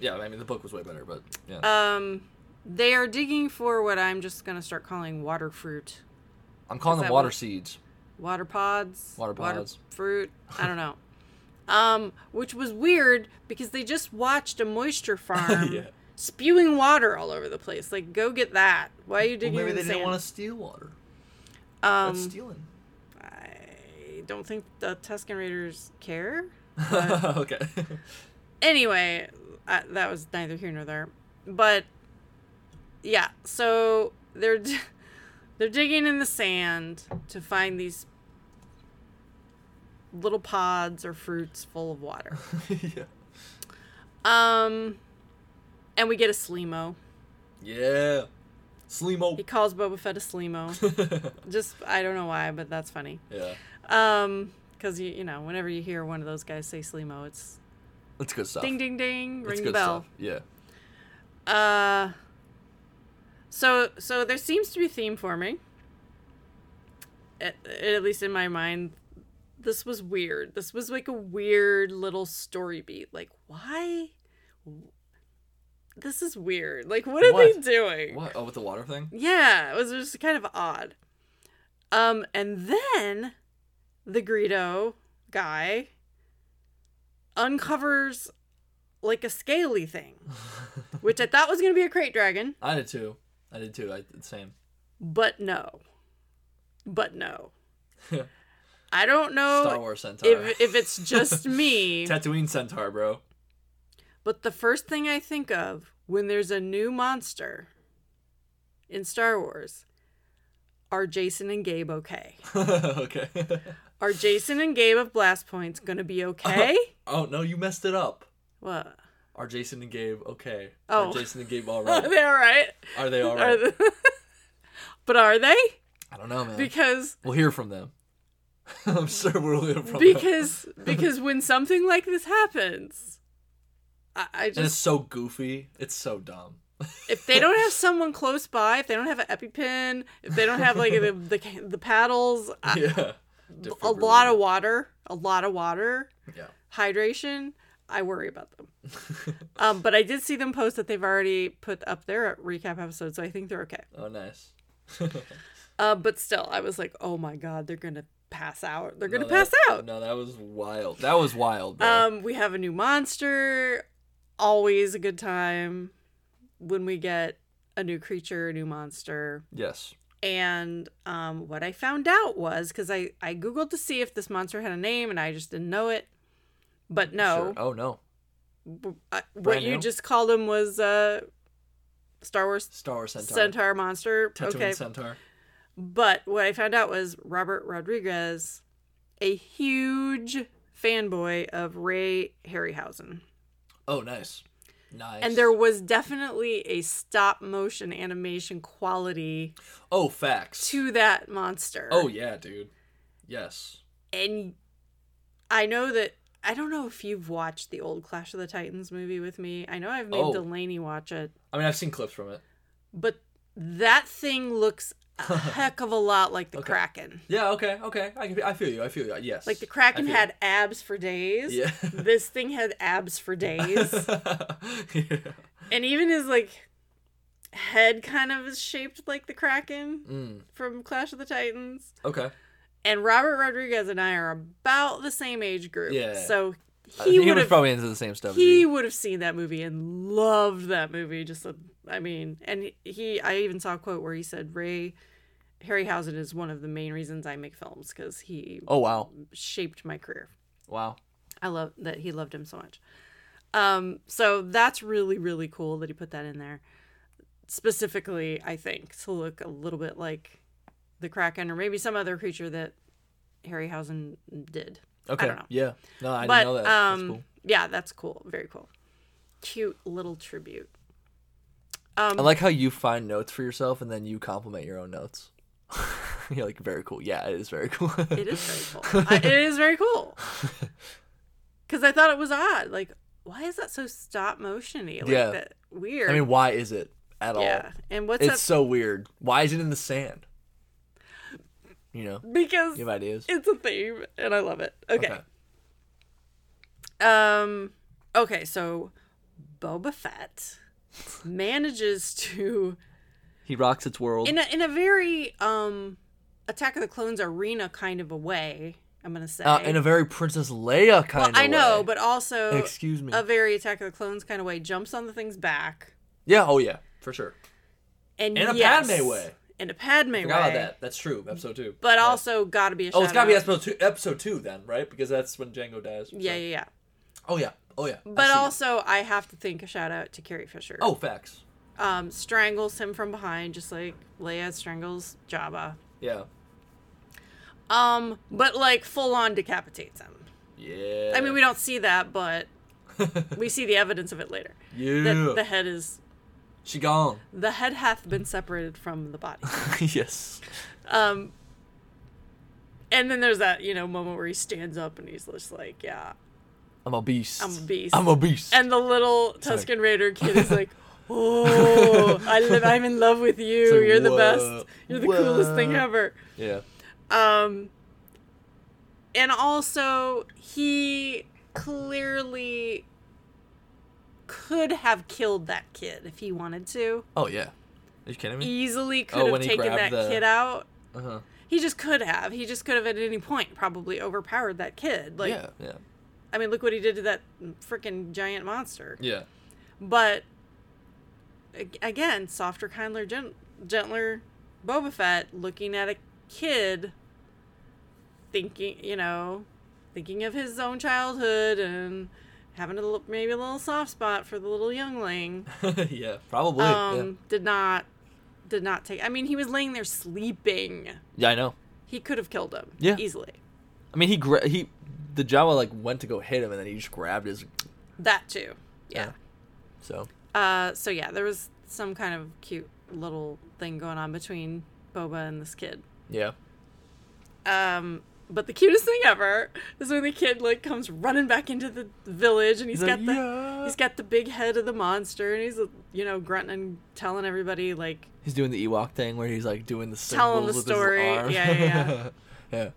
yeah. I mean, the book was way better, but yeah. Um, they are digging for what I'm just gonna start calling water fruit, I'm is calling them that water what- seeds. water pods, Water pods. fruit. I don't know. Um, which was weird because they just watched a moisture farm Yeah. spewing water all over the place. Like, go get that. Why are you digging maybe in they the didn't sand? want to steal water. That's um, stealing. I don't think the Tuscan Raiders care. okay. anyway, I, that was neither here nor there. But yeah, so they're d- they're digging in the sand to find these little pods or fruits full of water. yeah. Um and we get a Slimo. Yeah. Slimo. He calls Boba Fett a Slimo. Just I don't know why, but that's funny. yeah. Um cuz you you know, whenever you hear one of those guys say Slimo, it's That's good stuff. ding ding ding, That's ring the good bell. Stuff. Yeah. Uh, so so there seems to be theme forming. At, at least in my mind, this was weird. This was like a weird little story beat. Like why? This is weird. Like what are What? they doing? What? Oh, with the water thing? Yeah, it was just kind of odd. Um, and then the Greedo guy uncovers like a scaly thing, which I thought was gonna be a crate dragon, I did too. I did too. I did the same. but no, but no. I don't Star know Wars Centaur. if if it's just me, Tatooine Centaur, bro. but the first thing I think of when there's a new monster in Star Wars are Jason and Gabe okay? okay. Are Jason and Gabe of Blast Points gonna be okay? oh, no, you messed it up. what? Are Jason and Gabe okay? Oh. Are Jason and Gabe all Are right? they all right? Are they all Are right? they... but are they? I don't know, man. Because we'll hear from them. I'm sure we'll hear from them. because because when something like this happens, I, I And it's just so goofy. It's so dumb. if they don't have someone close by, if they don't have an EpiPen, if they don't have like the the, ca- the paddles, I, yeah. a lot of water, a lot of water, Yeah. hydration, I worry about them. um, but I did see them post that they've already put up their recap episode, so I think they're okay. Oh, nice. Uh, but still, I was like, oh my god, they're gonna pass out. They're gonna No, pass that- out. No, that was wild. That was wild, bro. Um, we have a new monster. Always a good time when we get a new creature, a new monster. yes. And um, what I found out was because I I googled to see if this monster had a name, and I just didn't know it. But no, Sure. Oh no. b- I- what Brand you new? just called him was uh, Star Wars Star Wars Centaur. Centaur monster. Tatooine okay, Centaur. But what I found out was Robert Rodriguez, a huge fanboy of Ray Harryhausen. Oh, nice. Nice. And there was definitely a stop motion animation quality Oh, facts. to that monster. Oh yeah, dude. Yes. And I know that I don't know if you've watched the old Clash of the Titans movie with me. I know I've made Oh. Delaney watch it, I mean, I've seen clips from it. but that thing looks a heck of a lot like the Okay. Kraken. Yeah. Okay. Okay. I, can- I feel you. I feel you. Yes. Like the I Kraken feel had abs for days. you. Yeah. this thing had abs for days yeah. and even his like head kind of is shaped like the kraken Mm. from clash of the titans Okay. and robert rodriguez and i are about the same age group Yeah. so I he think would have probably into the same stuff. as he you. would have seen that movie and loved that movie just a, i mean and he i even saw a quote where he said ray harryhausen is one of the main reasons i make films because he Oh wow. shaped my career Wow. I love that he loved him so much. Um, so that's really, really cool that he put that in there. Specifically, I think, to look a little bit like the Kraken or maybe some other creature that Harryhausen did. Okay. I don't know. Yeah. No, I but didn't know that. um, That's cool. yeah, that's cool. Very cool. Cute little tribute. Um, I like how you find notes for yourself and then you compliment your own notes. You're like, very cool. Yeah, it is very cool. It is very cool. I, it is very cool. Because I thought it was odd. Like, why is that so stop motiony? Like, Yeah. that weird. I mean, why is it at yeah. all? And what's It's so weird. Why is it in the sand? You know, up? Because you have ideas. it's a theme, and I love it. Okay. Okay. Um. Okay. So, Boba Fett manages to He rocks its world. in a, in a very um Attack of the Clones arena kind of a way. I'm gonna say. uh, in a very Princess Leia kind well, of I know, way. but also Excuse me. a very Attack of the Clones kind of way. Jumps on the thing's back. yeah, oh yeah, for sure. and In a yes, Padme way. In a Padme way. Forgot about that. That's true. Episode two. But also gotta be a. oh, it's shout gotta be out. episode two. Episode two then, right? Because that's when Django dies. Yeah, yeah, So- yeah. Oh yeah. Oh yeah. I But see. also, I have to think a shout out to Carrie Fisher. Oh, facts. Um, strangles him from behind, just like Leia strangles Jabba. Yeah. Um, but like full on decapitates him. Yeah. I mean, we don't see that, but we see the evidence of it later. yeah. That the head is She gone. the head hath been separated from the body. yes. Um, and then there's that you know moment where he stands up and he's just like, yeah, I'm a beast. I'm a beast. I'm a beast. And the little Tuscan Raider kid is like, "Oh, I live. I'm in love with you. like, You're the "Whoa, best. You're the coolest thing whoa." ever." yeah. Um, and also he clearly could have killed that kid if he wanted to. Oh yeah. Are you kidding E- me? Easily could Oh, have when he taken that grabbed the- kid out. Uh huh. He just could have. He just could have at any point probably overpowered that kid. Like, yeah. Yeah. I mean, look what he did to that freaking giant monster. Yeah. But ag- again, softer, kindler, gen- gentler Boba Fett looking at a kid thinking, you know, thinking of his own childhood and having a little, maybe a little soft spot for the little youngling. yeah. Probably. Um, did not did not take I mean, he was laying there sleeping. yeah. yeah. I know. He could have killed him Yeah. easily. I mean, he gra- he, the Jawa like went to go hit him, and then he just grabbed his. That too. yeah. So. Uh, so yeah, there was some kind of cute little thing going on between Boba and this kid. Yeah. Um, but the cutest thing ever is when the kid like comes running back into the village and he's He's got like, the "Yeah." he's got the big head of the monster and he's you know grunting and telling everybody like He's doing the Ewok thing where he's like doing the Telling the symbols with his story. arm. Yeah, yeah, yeah.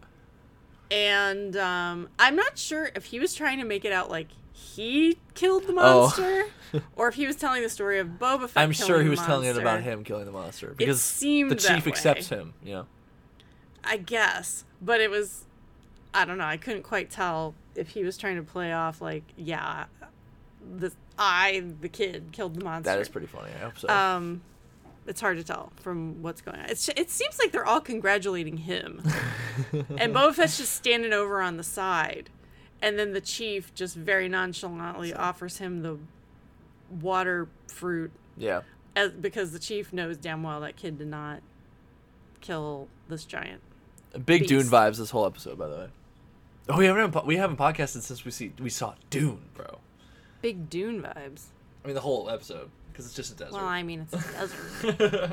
and um, I'm not sure if he was trying to make it out like he killed the Oh. monster or if he was telling the story of Boba Fett. I'm sure killing he the was telling it about monster. him killing the monster because seemed the that chief way. accepts him. You know. I guess, but it was I don't know, I couldn't quite tell if he was trying to play off like, yeah, the I the kid killed the monster. That is pretty funny. I hope so. um it's hard to tell from what's going on. It's, it seems like they're all congratulating him. and Boba Fett's just standing over on the side. And then the chief just very nonchalantly offers him the water fruit yeah. as, because the chief knows damn well that kid did not kill this giant. Big Dune Beast. vibes this whole episode, by the way. Oh, we haven't po- we haven't podcasted since we see we saw Dune, bro. Big Dune vibes. I mean the whole episode because it's just a desert. Well, I mean, it's a desert.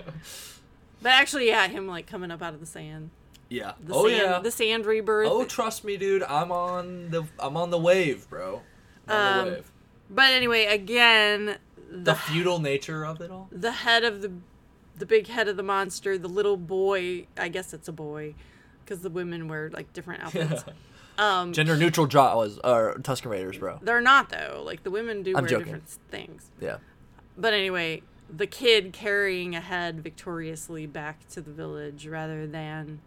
but actually, yeah, him like coming up out of the sand. yeah. The oh sand, yeah. The sand rebirth. oh, trust me, dude. I'm on the I'm on the wave, bro. I'm on Um, the wave. but anyway, again, The the feudal nature of it all. the head of the the big head of the monster, the little boy. I guess it's a boy, because the women wear like different outfits. Um, Gender neutral Jawas or Tusken Raiders, bro. they're not though. Like the women do I'm wear joking. different things. Yeah. But anyway, the kid carrying a head victoriously back to the village rather than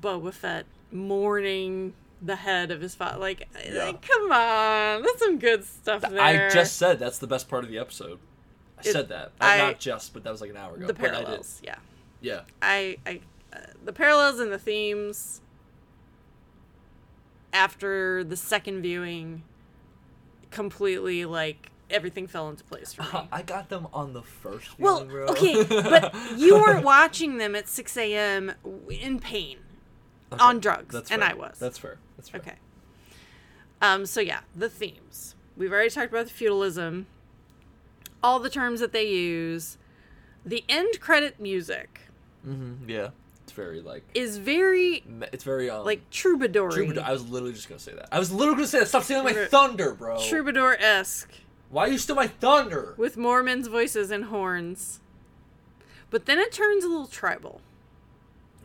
Boba Fett mourning the head of his father. Like, Yeah. like, come on, that's some good stuff there. I just said that's the best part of the episode. I It- said that. I, I- not just, but that was like an hour ago. the but I did. parallels, yeah. Yeah. I, I, uh, the parallels and the themes after the second viewing, completely like everything fell into place for me. I got them on the first. Well, viewing, bro. okay, but you weren't watching them at 6 a.m. in pain, on drugs, That's and fair. I was. That's fair. That's fair. okay. Um. So yeah, the themes we've already talked about the feudalism, all the terms that they use, the end credit music Mm-hmm. Yeah, it's very like is very me- it's very um, like troubadour, troubadour. I was literally just gonna say that. I was literally gonna say that. Stop stealing my Troubadour- thunder, bro. troubadour esque Why you steal my thunder? with Mormons' voices and horns. But then it turns a little tribal.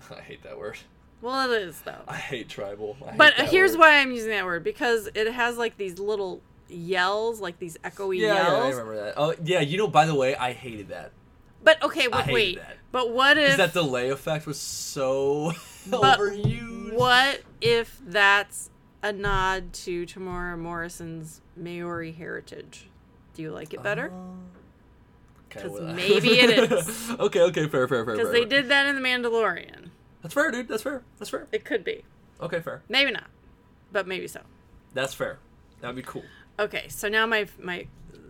I hate that word. Well, it is though. I hate tribal. I hate But that here's word. why I'm using that word because it has like these little yells, like these echoey Yeah, yeah, I yells. remember that. Oh, yeah. You know, by the way, I hated that. but okay, but hated wait. that. But what if Because that delay effect was so But overused. what if that's a nod to Tamora Morrison's Maori heritage? Do you like it better? Oh, Uh, Okay, 'Cause well, I- maybe it is. okay, okay, fair, fair, fair. Because fair, they fair. did that in The Mandalorian. That's fair, dude. That's fair. That's fair. It could be. Okay, fair. Maybe not, but maybe so. That's fair. That'd be cool. Okay, so now my my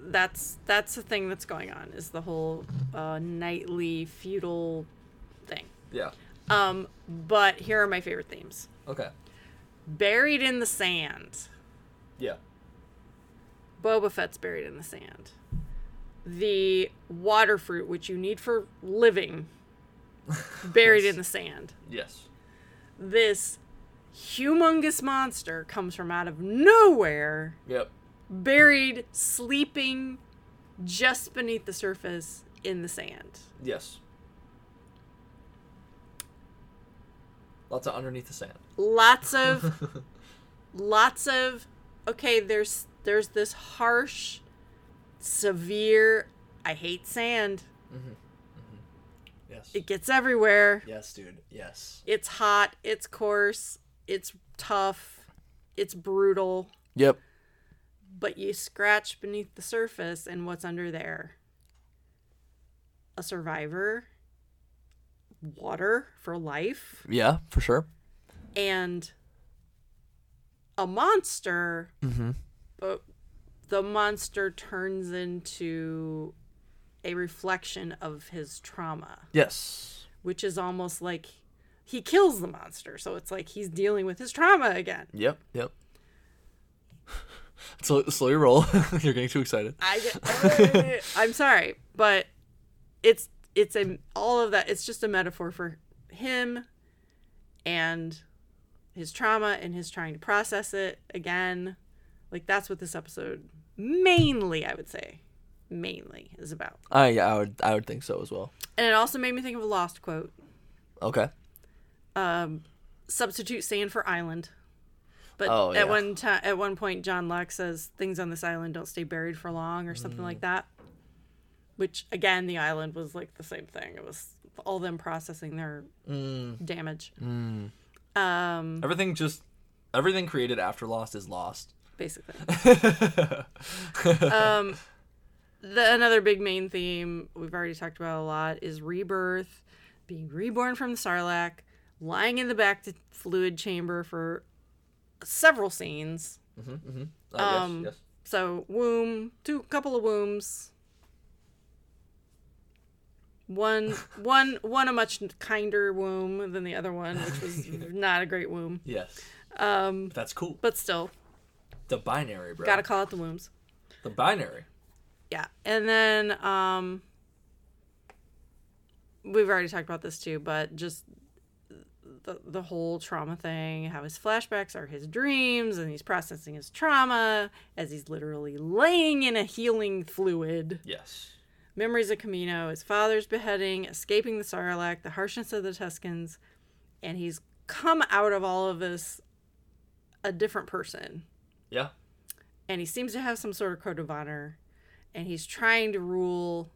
that's that's the thing that's going on is the whole uh, nightly feudal thing. Yeah. Um, but here are my favorite themes. Okay. Buried in the sand. Yeah. Boba Fett's buried in the sand. The water fruit, which you need for living, buried Yes. in the sand. Yes. This humongous monster comes from out of nowhere, Yep. buried, sleeping just beneath the surface in the sand. Yes. Lots of underneath the sand. Lots of lots of okay there's there's this harsh severe i hate sand yes. it gets everywhere Yes, dude. Yes. it's hot it's coarse it's tough it's brutal Yep. but you scratch beneath the surface and what's under there a survivor water for life Yeah, for sure. and a monster Mm-hmm. but the monster turns into a reflection of his trauma, Yes. which is almost like he kills the monster. So it's like he's dealing with his trauma again. Yep. Yep. slow, slow your roll. You're getting too excited. I get, oh, I'm sorry, but it's it's a all of that. It's just a metaphor for him and his trauma, and his trying to process it again. Like that's what this episode mainly, I would say, mainly is about. I yeah, I would I would think so as well. And it also made me think of a lost quote Okay. substitute sand for island. But Oh, at yeah. one time, at one point, John Locke says things on this island don't stay buried for long, or something Mm. like that. Which again, the island was like the same thing. It was all them processing their Mm. damage, um, Everything just everything created after Lost is lost. basically. um, the another big main theme we've already talked about a lot is rebirth, being reborn from the sarlacc, lying in the back to fluid chamber for several scenes. Uh, yes, Um, yes. So womb, two couple of wombs. One one one a much kinder womb than the other one, which was not a great womb. Yes. Um That's cool. but still, The binary, bro. gotta call out the wombs. The binary. Yeah. And then um we've already talked about this too, but just the the whole trauma thing, how his flashbacks are his dreams and he's processing his trauma as he's literally laying in a healing fluid. Yes. Memories of Camino, his father's beheading, escaping the Sarlacc, the harshness of the Tuscans, and he's come out of all of this a different person. Yeah. And he seems to have some sort of code of honor, and he's trying to rule.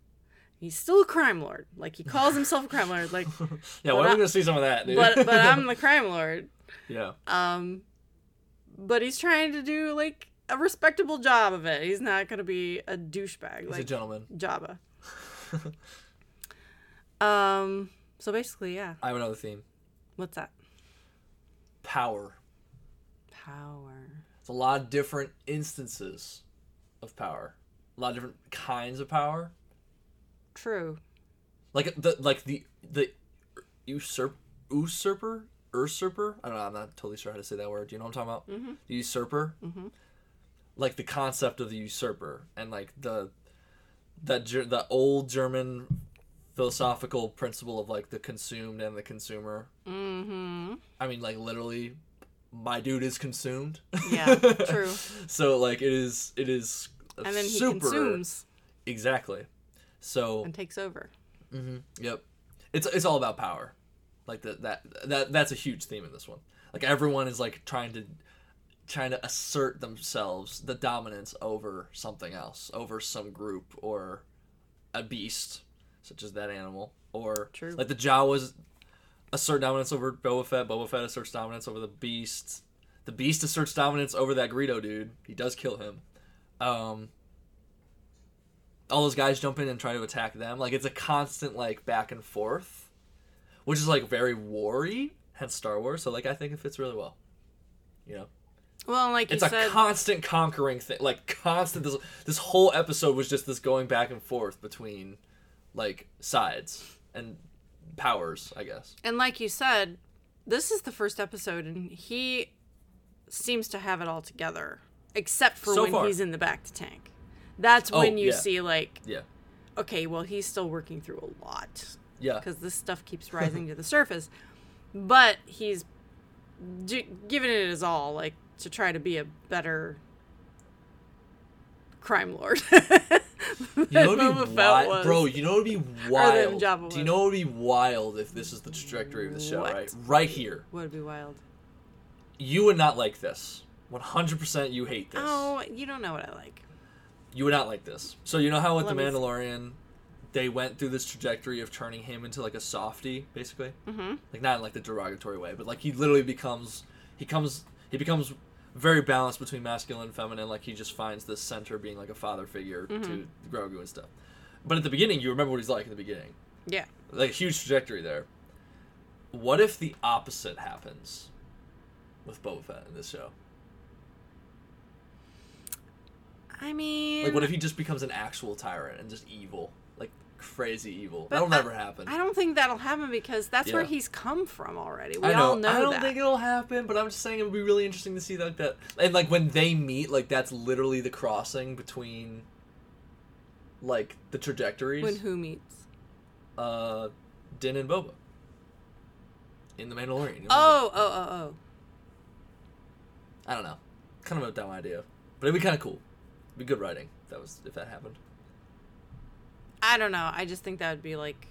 He's still a crime lord. Like he calls himself a crime lord. Like, Yeah, when I- are we gonna see some of that, dude? but but I'm the crime lord. yeah. Um, but he's trying to do like a respectable job of it. He's not gonna be a douchebag. He's like a gentleman. Jabba. um. So basically, yeah. I have another theme. What's that? Power. Power. It's a lot of different instances of power, a lot of different kinds of power. True. Like the like the the usurp usurper usurper. I don't know. I'm not totally sure how to say that word. Do you know what I'm talking Mm-hmm. about? The usurper. Like the concept of the usurper and like the that Ger- the old German philosophical principle of like the consumed and the consumer. Mm-hmm. I mean, like literally, my dude is consumed. Yeah, true. So like it is it is And then he super consumes exactly. So and takes over. yep, it's it's all about power. Like that that that that's a huge theme in this one. Like everyone is like trying to trying to assert themselves the dominance over something else, over some group or a beast such as that animal or True. like the Jawas assert dominance over Boba Fett. Boba Fett asserts dominance over the beast. The beast asserts dominance over that Greedo dude. He does kill him. Um, all those guys jump in and try to attack them. Like it's a constant like back and forth, which is like very war-y, hence Star Wars. So like I think it fits really well. You know, Well, and like you it's a said, constant conquering thing. Like constant. This this whole episode was just this going back and forth between like sides and powers, I guess. and like you said, this is the first episode, and he seems to have it all together, except for So when far. Oh, he's in the back to tank. That's when you yeah. see like, Yeah. okay, well, he's still working through a lot. Yeah. because this stuff keeps rising to the surface. But he's d- giving it his all, like to try to be a better crime lord. You know Boba what would be Fett wild, was. bro. You know what would be wild. Jabba Do you was. know what would be wild if this is the trajectory of the show, What? right? Right here, Would be wild. you would not like this. One hundred percent, you hate this. Oh, you don't know what I like. You would not like this. So you know how with Let the me see. Mandalorian, they went through this trajectory of turning him into like a softy, basically. Mm-hmm. Like not in like the derogatory way, but like he literally becomes he comes he becomes very balanced between masculine and feminine. Like he just finds this center being like a father figure to Mm-hmm. Grogu and stuff. But at the beginning, you remember what he's like at the beginning. Yeah. like huge trajectory there. What if the opposite happens with Boba Fett in this show? I mean, Like, what if he just becomes an actual tyrant and just evil, like crazy evil? but That'll I- never happen. I don't think that'll happen because that's where Yeah. he's come from already. We I know. all know I don't that. think it'll happen, but I'm just saying it would be really interesting to see like that. And like when they meet, like that's literally the crossing between, like the trajectories. when who meets? Uh, Din and Boba. In the Mandalorian. you know? Oh, oh, oh, I don't know. Kind of a dumb idea, but it'd be kind of cool. It'd be good writing. If that was if that happened. oh. I don't know. I just think that would be like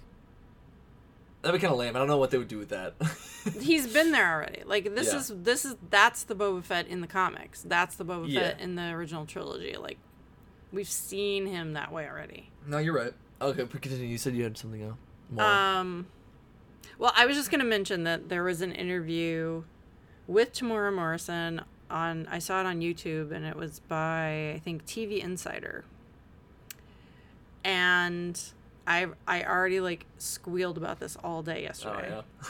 That'd be kind of lame. I don't know what they would do with that. he's been there already. Like this Yeah. is this is that's the Boba Fett in the comics. That's the Boba Yeah. Fett in the original trilogy. Like we've seen him that way already. no, you're right. Okay, but continue. You said you had something else. More. Um well, I was just going to mention that there was an interview with Tamora Morrison on I saw it on YouTube and it was by I think TV Insider. And I I already like squealed about this all day oh yesterday.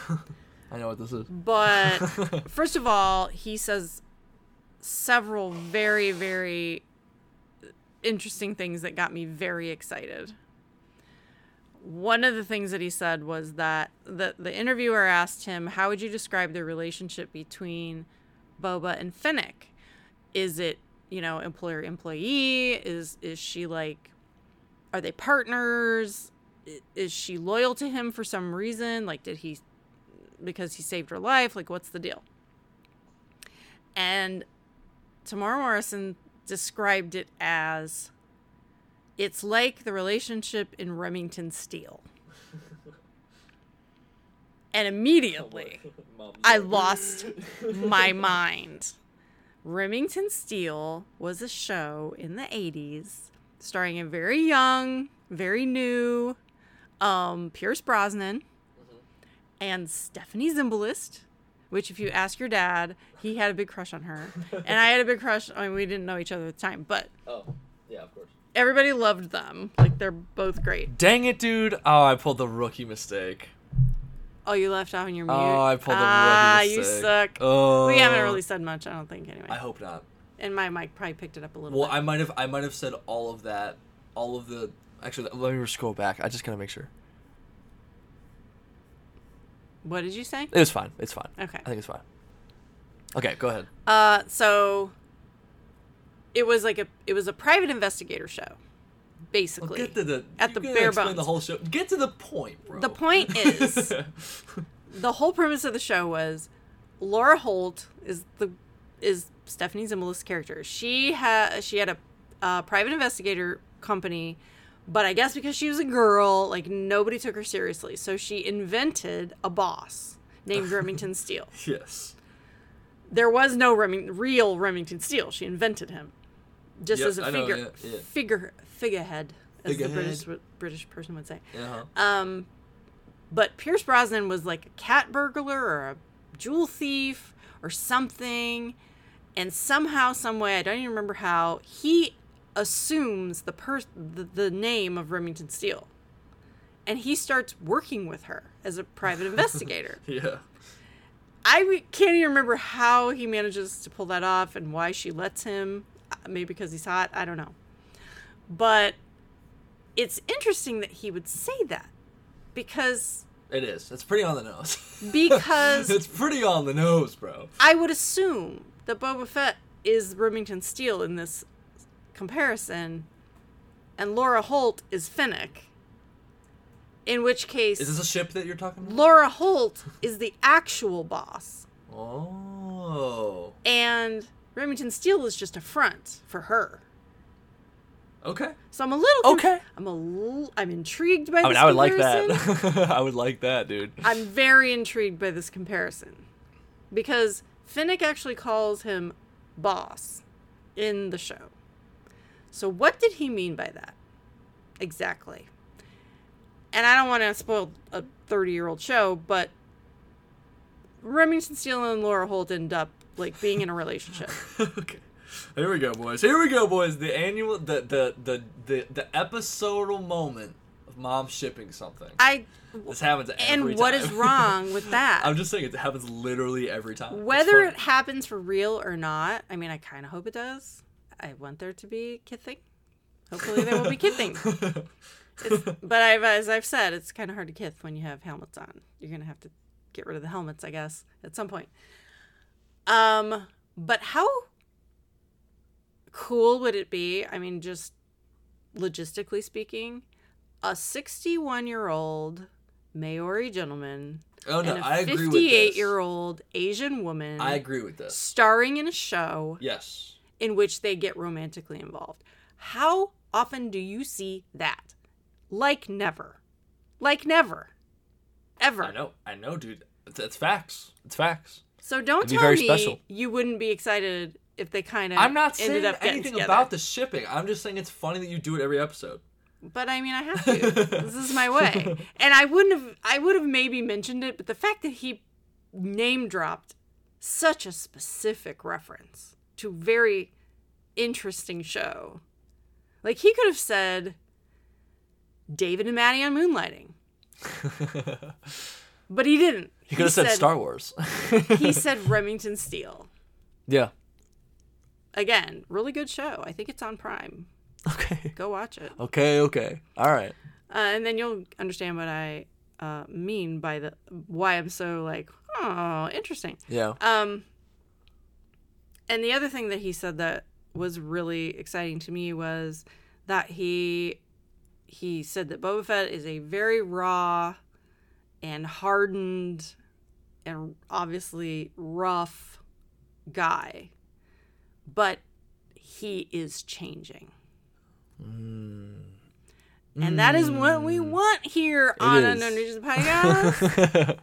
yeah. I know what this is. But first of all, he says several very, very interesting things that got me very excited. One of the things that he said was that the, the interviewer asked him, How would you describe the relationship between Boba and Finnick? Is it, you know, employer employee? Is is she like are they partners? I- Is she loyal to him for some reason? Like did he because he saved her life. Like, what's the deal? And Tamara Morrison described it as it's like the relationship in Remington Steel. and immediately, I lost my mind. Remington Steel was a show in the 80s starring a very young, very new um, Pierce Brosnan and Stephanie Zimbalist, which, if you ask your dad, he had a big crush on her. and I had a big crush. I mean, we didn't know each other at the time, but Oh, yeah, of course. everybody loved them. Like, they're both great. Dang it, dude! Oh, I pulled the rookie mistake. Oh, you left off on your mute. Oh, I pulled a Ah, really you sick- suck. Oh, we haven't really said much, I don't think, anyway. I hope not. and my mic probably picked it up a little Well, bit. I might have. I might have said all of that. All of the. Actually, let me scroll back. I just gotta make sure. What did you say? It was fine. It's fine. Okay. I think it's fine. Okay, go ahead. Uh, so it was like a it was a private investigator show, Well, basically. get to the At you the gotta bare explain The bones. whole show. Get to the point, bro. The point is- the whole premise of the show was Laura Holt is the is Stephanie Zimbalist's character. She had she had a uh, private investigator company, but I guess because she was a girl, like nobody took her seriously. So she invented a boss named Remington Steele. yes. There was no Reming- real Remington Steele. She invented him, just Yep, as a I know, figure yeah, yeah. figure figurehead, as the British Figurehead. British person would say. Uh-huh. Um, but Pierce Brosnan was like a cat burglar or a jewel thief or something. And somehow, some way, I don't even remember how, he assumes the, pers- the, the name of Remington Steele. And he starts working with her as a private investigator. Yeah. I re- can't even remember how he manages to pull that off and why she lets him. Uh, Maybe because he's hot. I don't know. But it's interesting that he would say that because It is. It's pretty on the nose. Because- it's pretty on the nose, bro. I would assume that Boba Fett is Remington Steele in this comparison, and Laura Holt is Finnick. In which case, Is this a ship that you're talking about? Laura Holt is the actual boss, Oh. and Remington Steele is just a front for her. Okay. So I'm a little conf- Okay. I'm a l- I'm intrigued by. I this mean, I would like comparison. that. I would like that, dude. I'm very intrigued by this comparison because Finnick actually calls him boss in the show. So what did he mean by that exactly? And I don't want to spoil a 30-year-old show, but Remington Steele and Laura Holt end up like being in a relationship. okay. Here we go, boys. Here we go, boys. The annual, the the the the, the episodal moment of mom shipping something. I this happens every and what is time. wrong with that? I'm just saying it happens literally every time. It's Whether funny. it happens for real or not, I mean, I kind of hope it does. I want there to be kissing. Hopefully, there will be kissing. It's- but I've, as I've said, it's kind of hard to kiss when you have helmets on. You're gonna have to get rid of the helmets, I guess, at some point. Um, but how cool would it be? I mean, just logistically speaking, a 61 year old Maori gentleman oh no, and a I agree with this. 58 year old Asian woman I agree with this. starring in a show Yes. in which they get romantically involved. How often do you see that? Like never. Like never. I Ever. know. I know, dude. It's, it's facts. It's facts. So don't It'd be tell very me special. you wouldn't be excited if they kind of I'm not ended saying up getting anything together. about the shipping. I'm just saying it's funny that you do it every episode. But I mean, I have to. this is my way. And I wouldn't have. I would have maybe mentioned it, but the fact that he name dropped such a specific reference to very interesting show, like he could have said David and Maddie on Moonlighting, but he didn't. You could have said, Star Wars. He said Remington Steele yeah. again. Really good show. I think it's on Prime. Okay. Go watch it. Okay. Okay. All right. uh, and then you'll understand what I uh, mean by the why I'm so like oh interesting. Yeah. Um, and the other thing that he said that was really exciting to me was that he he said that Boba Fett is a very raw and hardened and obviously rough guy, but he is changing. Mm. And that is what we want here on is. Unknown Regions Podcast.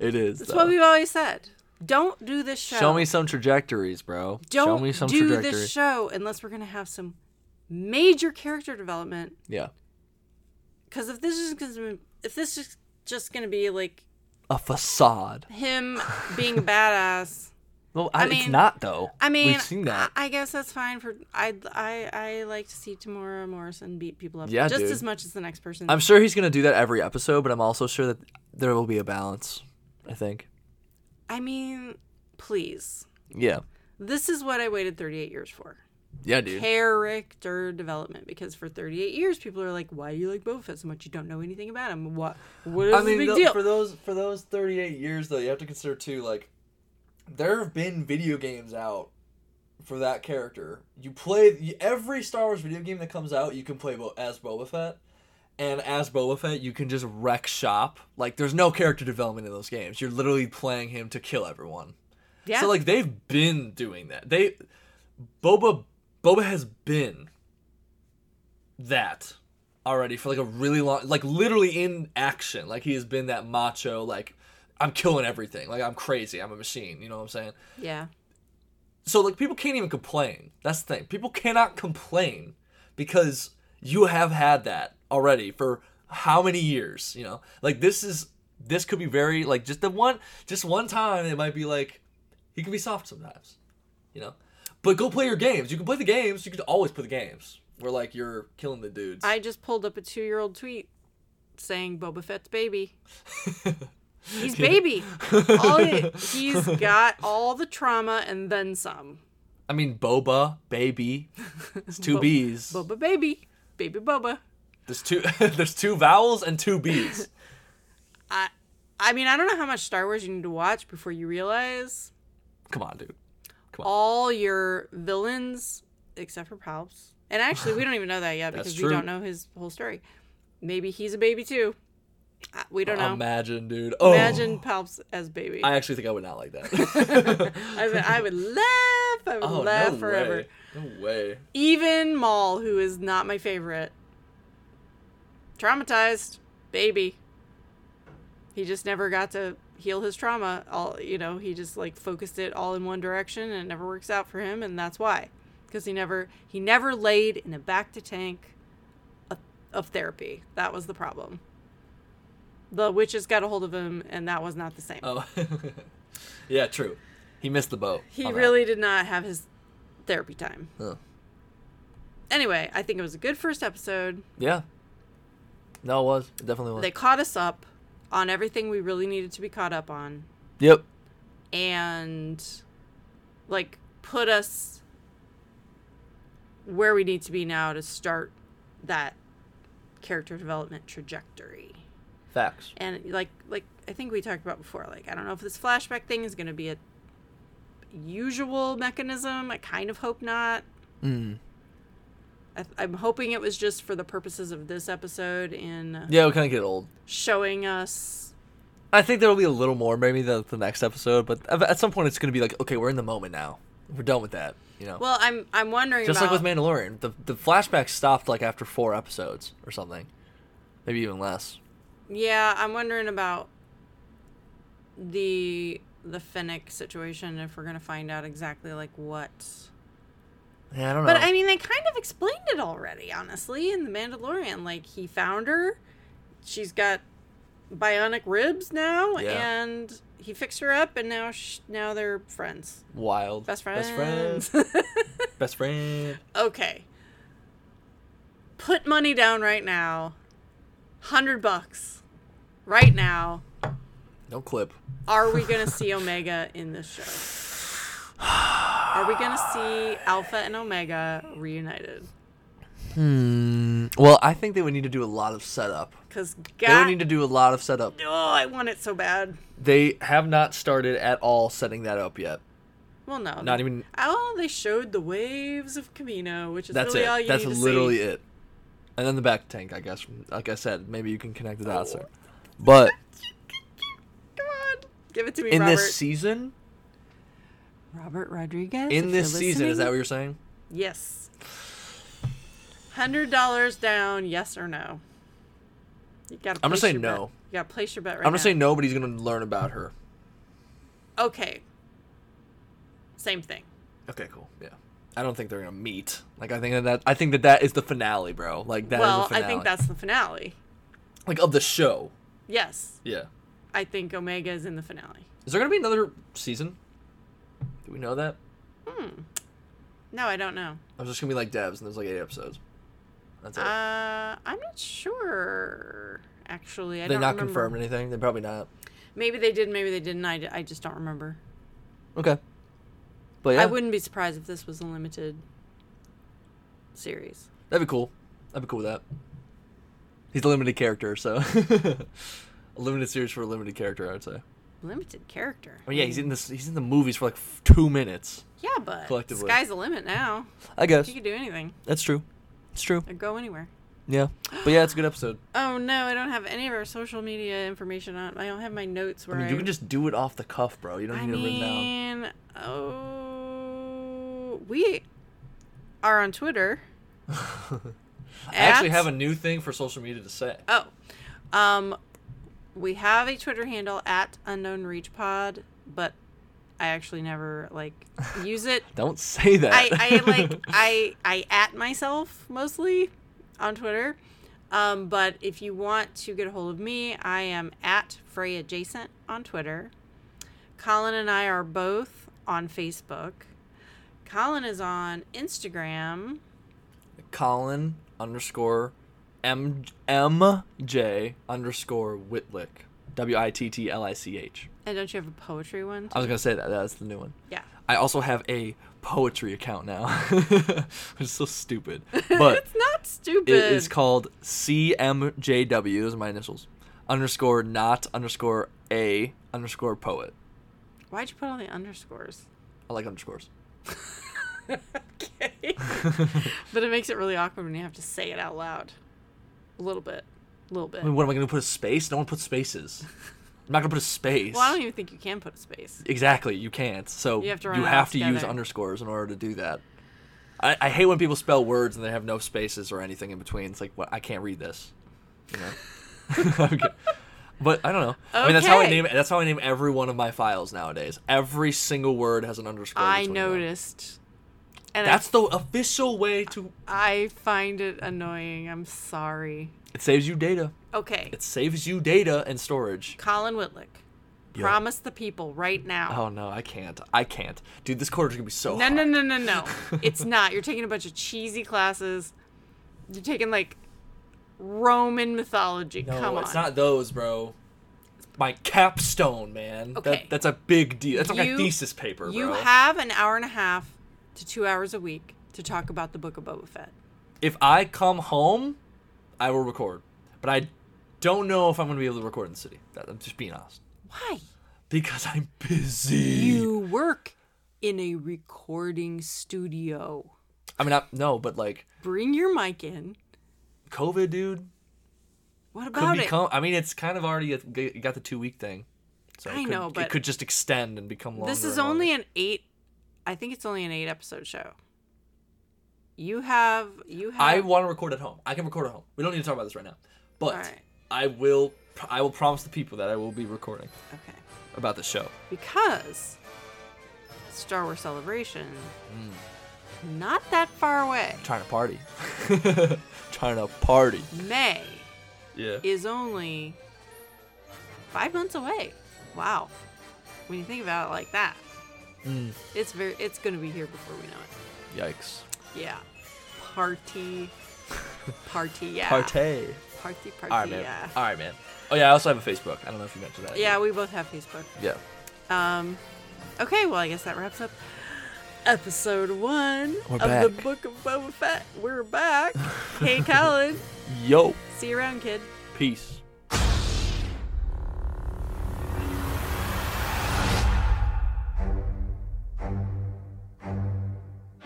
it is. That's what though. we've always said. Don't do this show. Show me some trajectories, bro. Don't Show me some do trajectory. this show unless we're gonna have some major character development. yeah. Because if this is gonna, if this is just gonna be like A facade. him being badass Well, I, I it's mean- not though. I mean, we've seen that. I, I guess that's fine for I I I like to see Tamora Morrison beat people up Yeah, just dude. as much as the next person. I'm sure he's gonna do that every episode, but I'm also sure that there will be a balance. I think. I mean, please. Yeah. This is what I waited 38 years for. Yeah, dude. Character development, because for 38 years, people are like, "Why do you like Boba Fett so much? You don't know anything about him. What? What is I the mean, big tho- deal?" for those for those 38 years though, you have to consider too like there have been video games out for that character. You play you- every Star Wars video game that comes out, you can play Bo- as Boba Fett. And as Boba Fett, you can just wreck shop. Like, there's no character development in those games. You're literally playing him to kill everyone. yeah, So like they've been doing that. They Boba Boba has been that already for like a really long like literally in action. Like he has been that macho like I'm killing everything. Like I'm crazy. I'm a machine, you know what I'm saying? yeah. So like people can't even complain. That's the thing. People cannot complain because you have had that already for how many years, you know? Like this is this could be very like just the one just one time it might be like he can be soft sometimes, you know? But go play your games. You can play the games. You can always play the games where like you're killing the dudes. I just pulled up a two-year-old tweet saying Boba Fett's baby. He's baby. all it, he's got all the trauma and then some. I mean Boba, baby. It's two B's. Boba baby, baby Boba. There's two there's two vowels and two B's. I I mean, I don't know how much Star Wars you need to watch before you realize Come on, dude. all your villains except for Palps. And actually, we don't even know that yet That's because we don't true. know his whole story. Maybe he's a baby too. Uh, We don't know. Imagine, dude. Oh. Imagine Palps as baby. I I, actually think I would not like that. would- I would laugh. I would oh, laugh no forever. way. No way. Even Maul, who is not my favorite, traumatized baby. He just never got to heal his trauma. All you know, he just like focused it all in one direction, and it never works out for him, and that's why, because he never he never laid in a back to tank of, of therapy. That was the problem. The witches got a hold of him, and that was not the same. Oh. yeah, true. He missed the boat. He on that. really did not have his therapy time. Huh. Anyway, I think it was a good first episode. Yeah. No, it was. It definitely was. They caught us up on everything we really needed to be caught up on Yep. and like put us where we need to be now to start that character development trajectory. Facts. And like like I think we talked about before like I don't know if this flashback thing is going to be a usual mechanism. I kind of hope not. Mm. I, I'm hoping it was just for the purposes of this episode in Yeah, we kind of get old. showing us I think there will be a little more maybe the, the next episode, but at at some point it's going to be like, okay, we're in the moment now. We're done with that, you know. Well, I'm I'm wondering Just about like with Mandalorian, the the flashback stopped like after 4 episodes or something. Maybe even less. yeah, I'm wondering about the the Finnick situation if we're gonna find out exactly like what. Yeah, I don't know. But I mean, they kind of explained it already, honestly, in the Mandalorian. Like he found her, she's got bionic ribs now, Yeah. and he fixed her up, and now sh- now they're friends, Wild. best friends, Best friend. Best friend. okay. Put money down right now. 100 bucks. Right now. No clip. Are we going to see Omega in this show? Are we going to see Alpha and Omega reunited? Hmm. Well, I think they would need to do a lot of setup. Cuz They would god need to do a lot of setup. oh, I want it so bad. They have not started at all setting that up yet. Well, no. Not even. Oh, they showed the waves of Camino, which is That's really all it. you That's need to literally see. it. And then the back tank, I guess. Like I said, maybe you can connect the dots there. But Come on. Give it to me, in Robert. this season, Robert Rodriguez. in if this you're season, is listening. that what you're saying? Yes. Hundred dollars down, yes or no? You gotta. I'm gonna place say your bet. no. You gotta place your bet right I'm gonna say now. no, but he's gonna learn about her. Okay. Same thing. Okay, cool. Yeah. I don't think they're gonna meet. Like I think that, that I think that that is the finale, bro. Like that is well, the I finale. think that's the finale. like of the show. Yes, Yeah. I think Omega is in the finale. Is there gonna be another season? Do we know that? Hmm. No, I don't know. I was just gonna be like Devs, and there's like eight episodes. That's it. Uh, I'm not sure. Actually, I They're don't not remember. confirmed anything. They're probably not. Maybe they did. Maybe they didn't. I, I just don't remember. Okay. But yeah, I wouldn't be surprised if this was a limited series. that'd be cool. I'd be cool with that. He's a limited character, so a limited series for a limited character, I would say. Limited character. Oh yeah, he's in this. He's in the movies for like f- two minutes. Yeah, but Collectively. sky's the limit now. I guess You could do anything that's true. It's true. or go anywhere. Yeah, but yeah, it's a good episode. Oh no, I don't have any of our social media information on. I don't have my notes I where I. mean, you can just do it off the cuff, bro. You don't I need to write down. mean, oh, we are on Twitter. I actually at- have a new thing for social media to say. Oh, um, we have a Twitter handle at unknown reach pod, but I actually never like use it. Don't say that. I, I like I I at myself mostly on Twitter. Um, but if you want to get a hold of me, I am at Frey Adjacent on Twitter. Colin and I are both on Facebook. Colin is on Instagram. Colin underscore M M J underscore Whitlick. W I T T L I C H. And don't you have a poetry one? I was gonna say that. That's the new one. Yeah. I also have a poetry account now, which is so stupid. But it's not stupid. it is called CMJW. Those are my initials. Underscore not underscore a underscore poet. Why'd you put all the underscores? I like underscores. okay. but it makes it really awkward when you have to say it out loud. A little bit. A little bit. I mean, what am I gonna put a space? No one puts spaces. I'm not gonna put a space. Well, I don't even think you can put a space. Exactly, you can't. So You have to you run it have all to use together. underscores in order to do that. I, I hate when people spell words and they have no spaces or anything in between. It's like, what? I can't read this. You know? okay. But I don't know. I mean, that's how I Okay. name. That's how I name every one of my files nowadays. Every single word has an underscore. I between them. noticed. And That's the official way to. I, I find it annoying. I'm sorry. It saves you data. Okay. It saves you data and storage. Colin Whitlick. Yeah. Promise the people right now. Oh no, I can't. I can't, dude. This quarter's gonna be so. no, hard. no, no, no, no. it's not. You're taking a bunch of cheesy classes. You're taking like Roman mythology. No, Come on. it's not those, bro. My capstone, man. Okay. Okay. That, that's a big deal. That's like a You- thesis paper, bro. you have an hour and a half to two hours a week to talk about the book of Boba Fett. if I come home, I will record. But I don't know if I'm going to be able to record in the city. That, I'm just being honest. Why? Because I'm busy. You work in a recording studio. I mean, I, no, but like Bring your mic in. COVID, dude, What could about it? become. I mean, it's kind of already you got the two week thing. So it I could, know, it but- could just extend and become longer. This is and longer. only an eight. I think it's only an eight episode show. You have you have. I want to record at home. I can record at home. We don't need to talk about this right now. But Alright. I will. I will promise the people that I will be recording okay about the show. because Star Wars Celebration Hmm. not that far away. Trying to party. Trying to party. May Yeah. is only five months away. Wow, when you think about it like that, Hmm. it's very it's gonna be here before we know it. Yikes. Yeah, party, party, yeah, Partay. party, party, All right, man. Ah. yeah. All right, man. Oh yeah, I also have a Facebook. I don't know if you mentioned that. Yeah, we both have Facebook. Yeah. Um, okay, well, I guess that wraps up episode one We're of the back. Book of Boba Fett. We're back. hey, Colin. Yo. See you around, kid. Peace.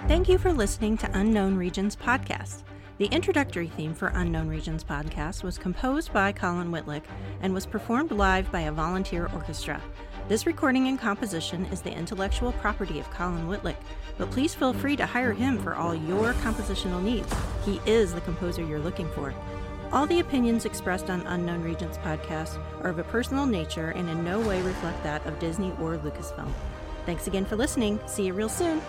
Thank you for listening to Unknown Regions Podcast. The introductory theme for Unknown Regions Podcast was composed by Colin Whitlick and was performed live by a volunteer orchestra. This recording and composition is the intellectual property of Colin Whitlick, but please feel free to hire him for all your compositional needs. He is the composer you're looking for. All the opinions expressed on Unknown Regions Podcast are of a personal nature and in no way reflect that of Disney or Lucasfilm. Thanks again for listening. See you real soon.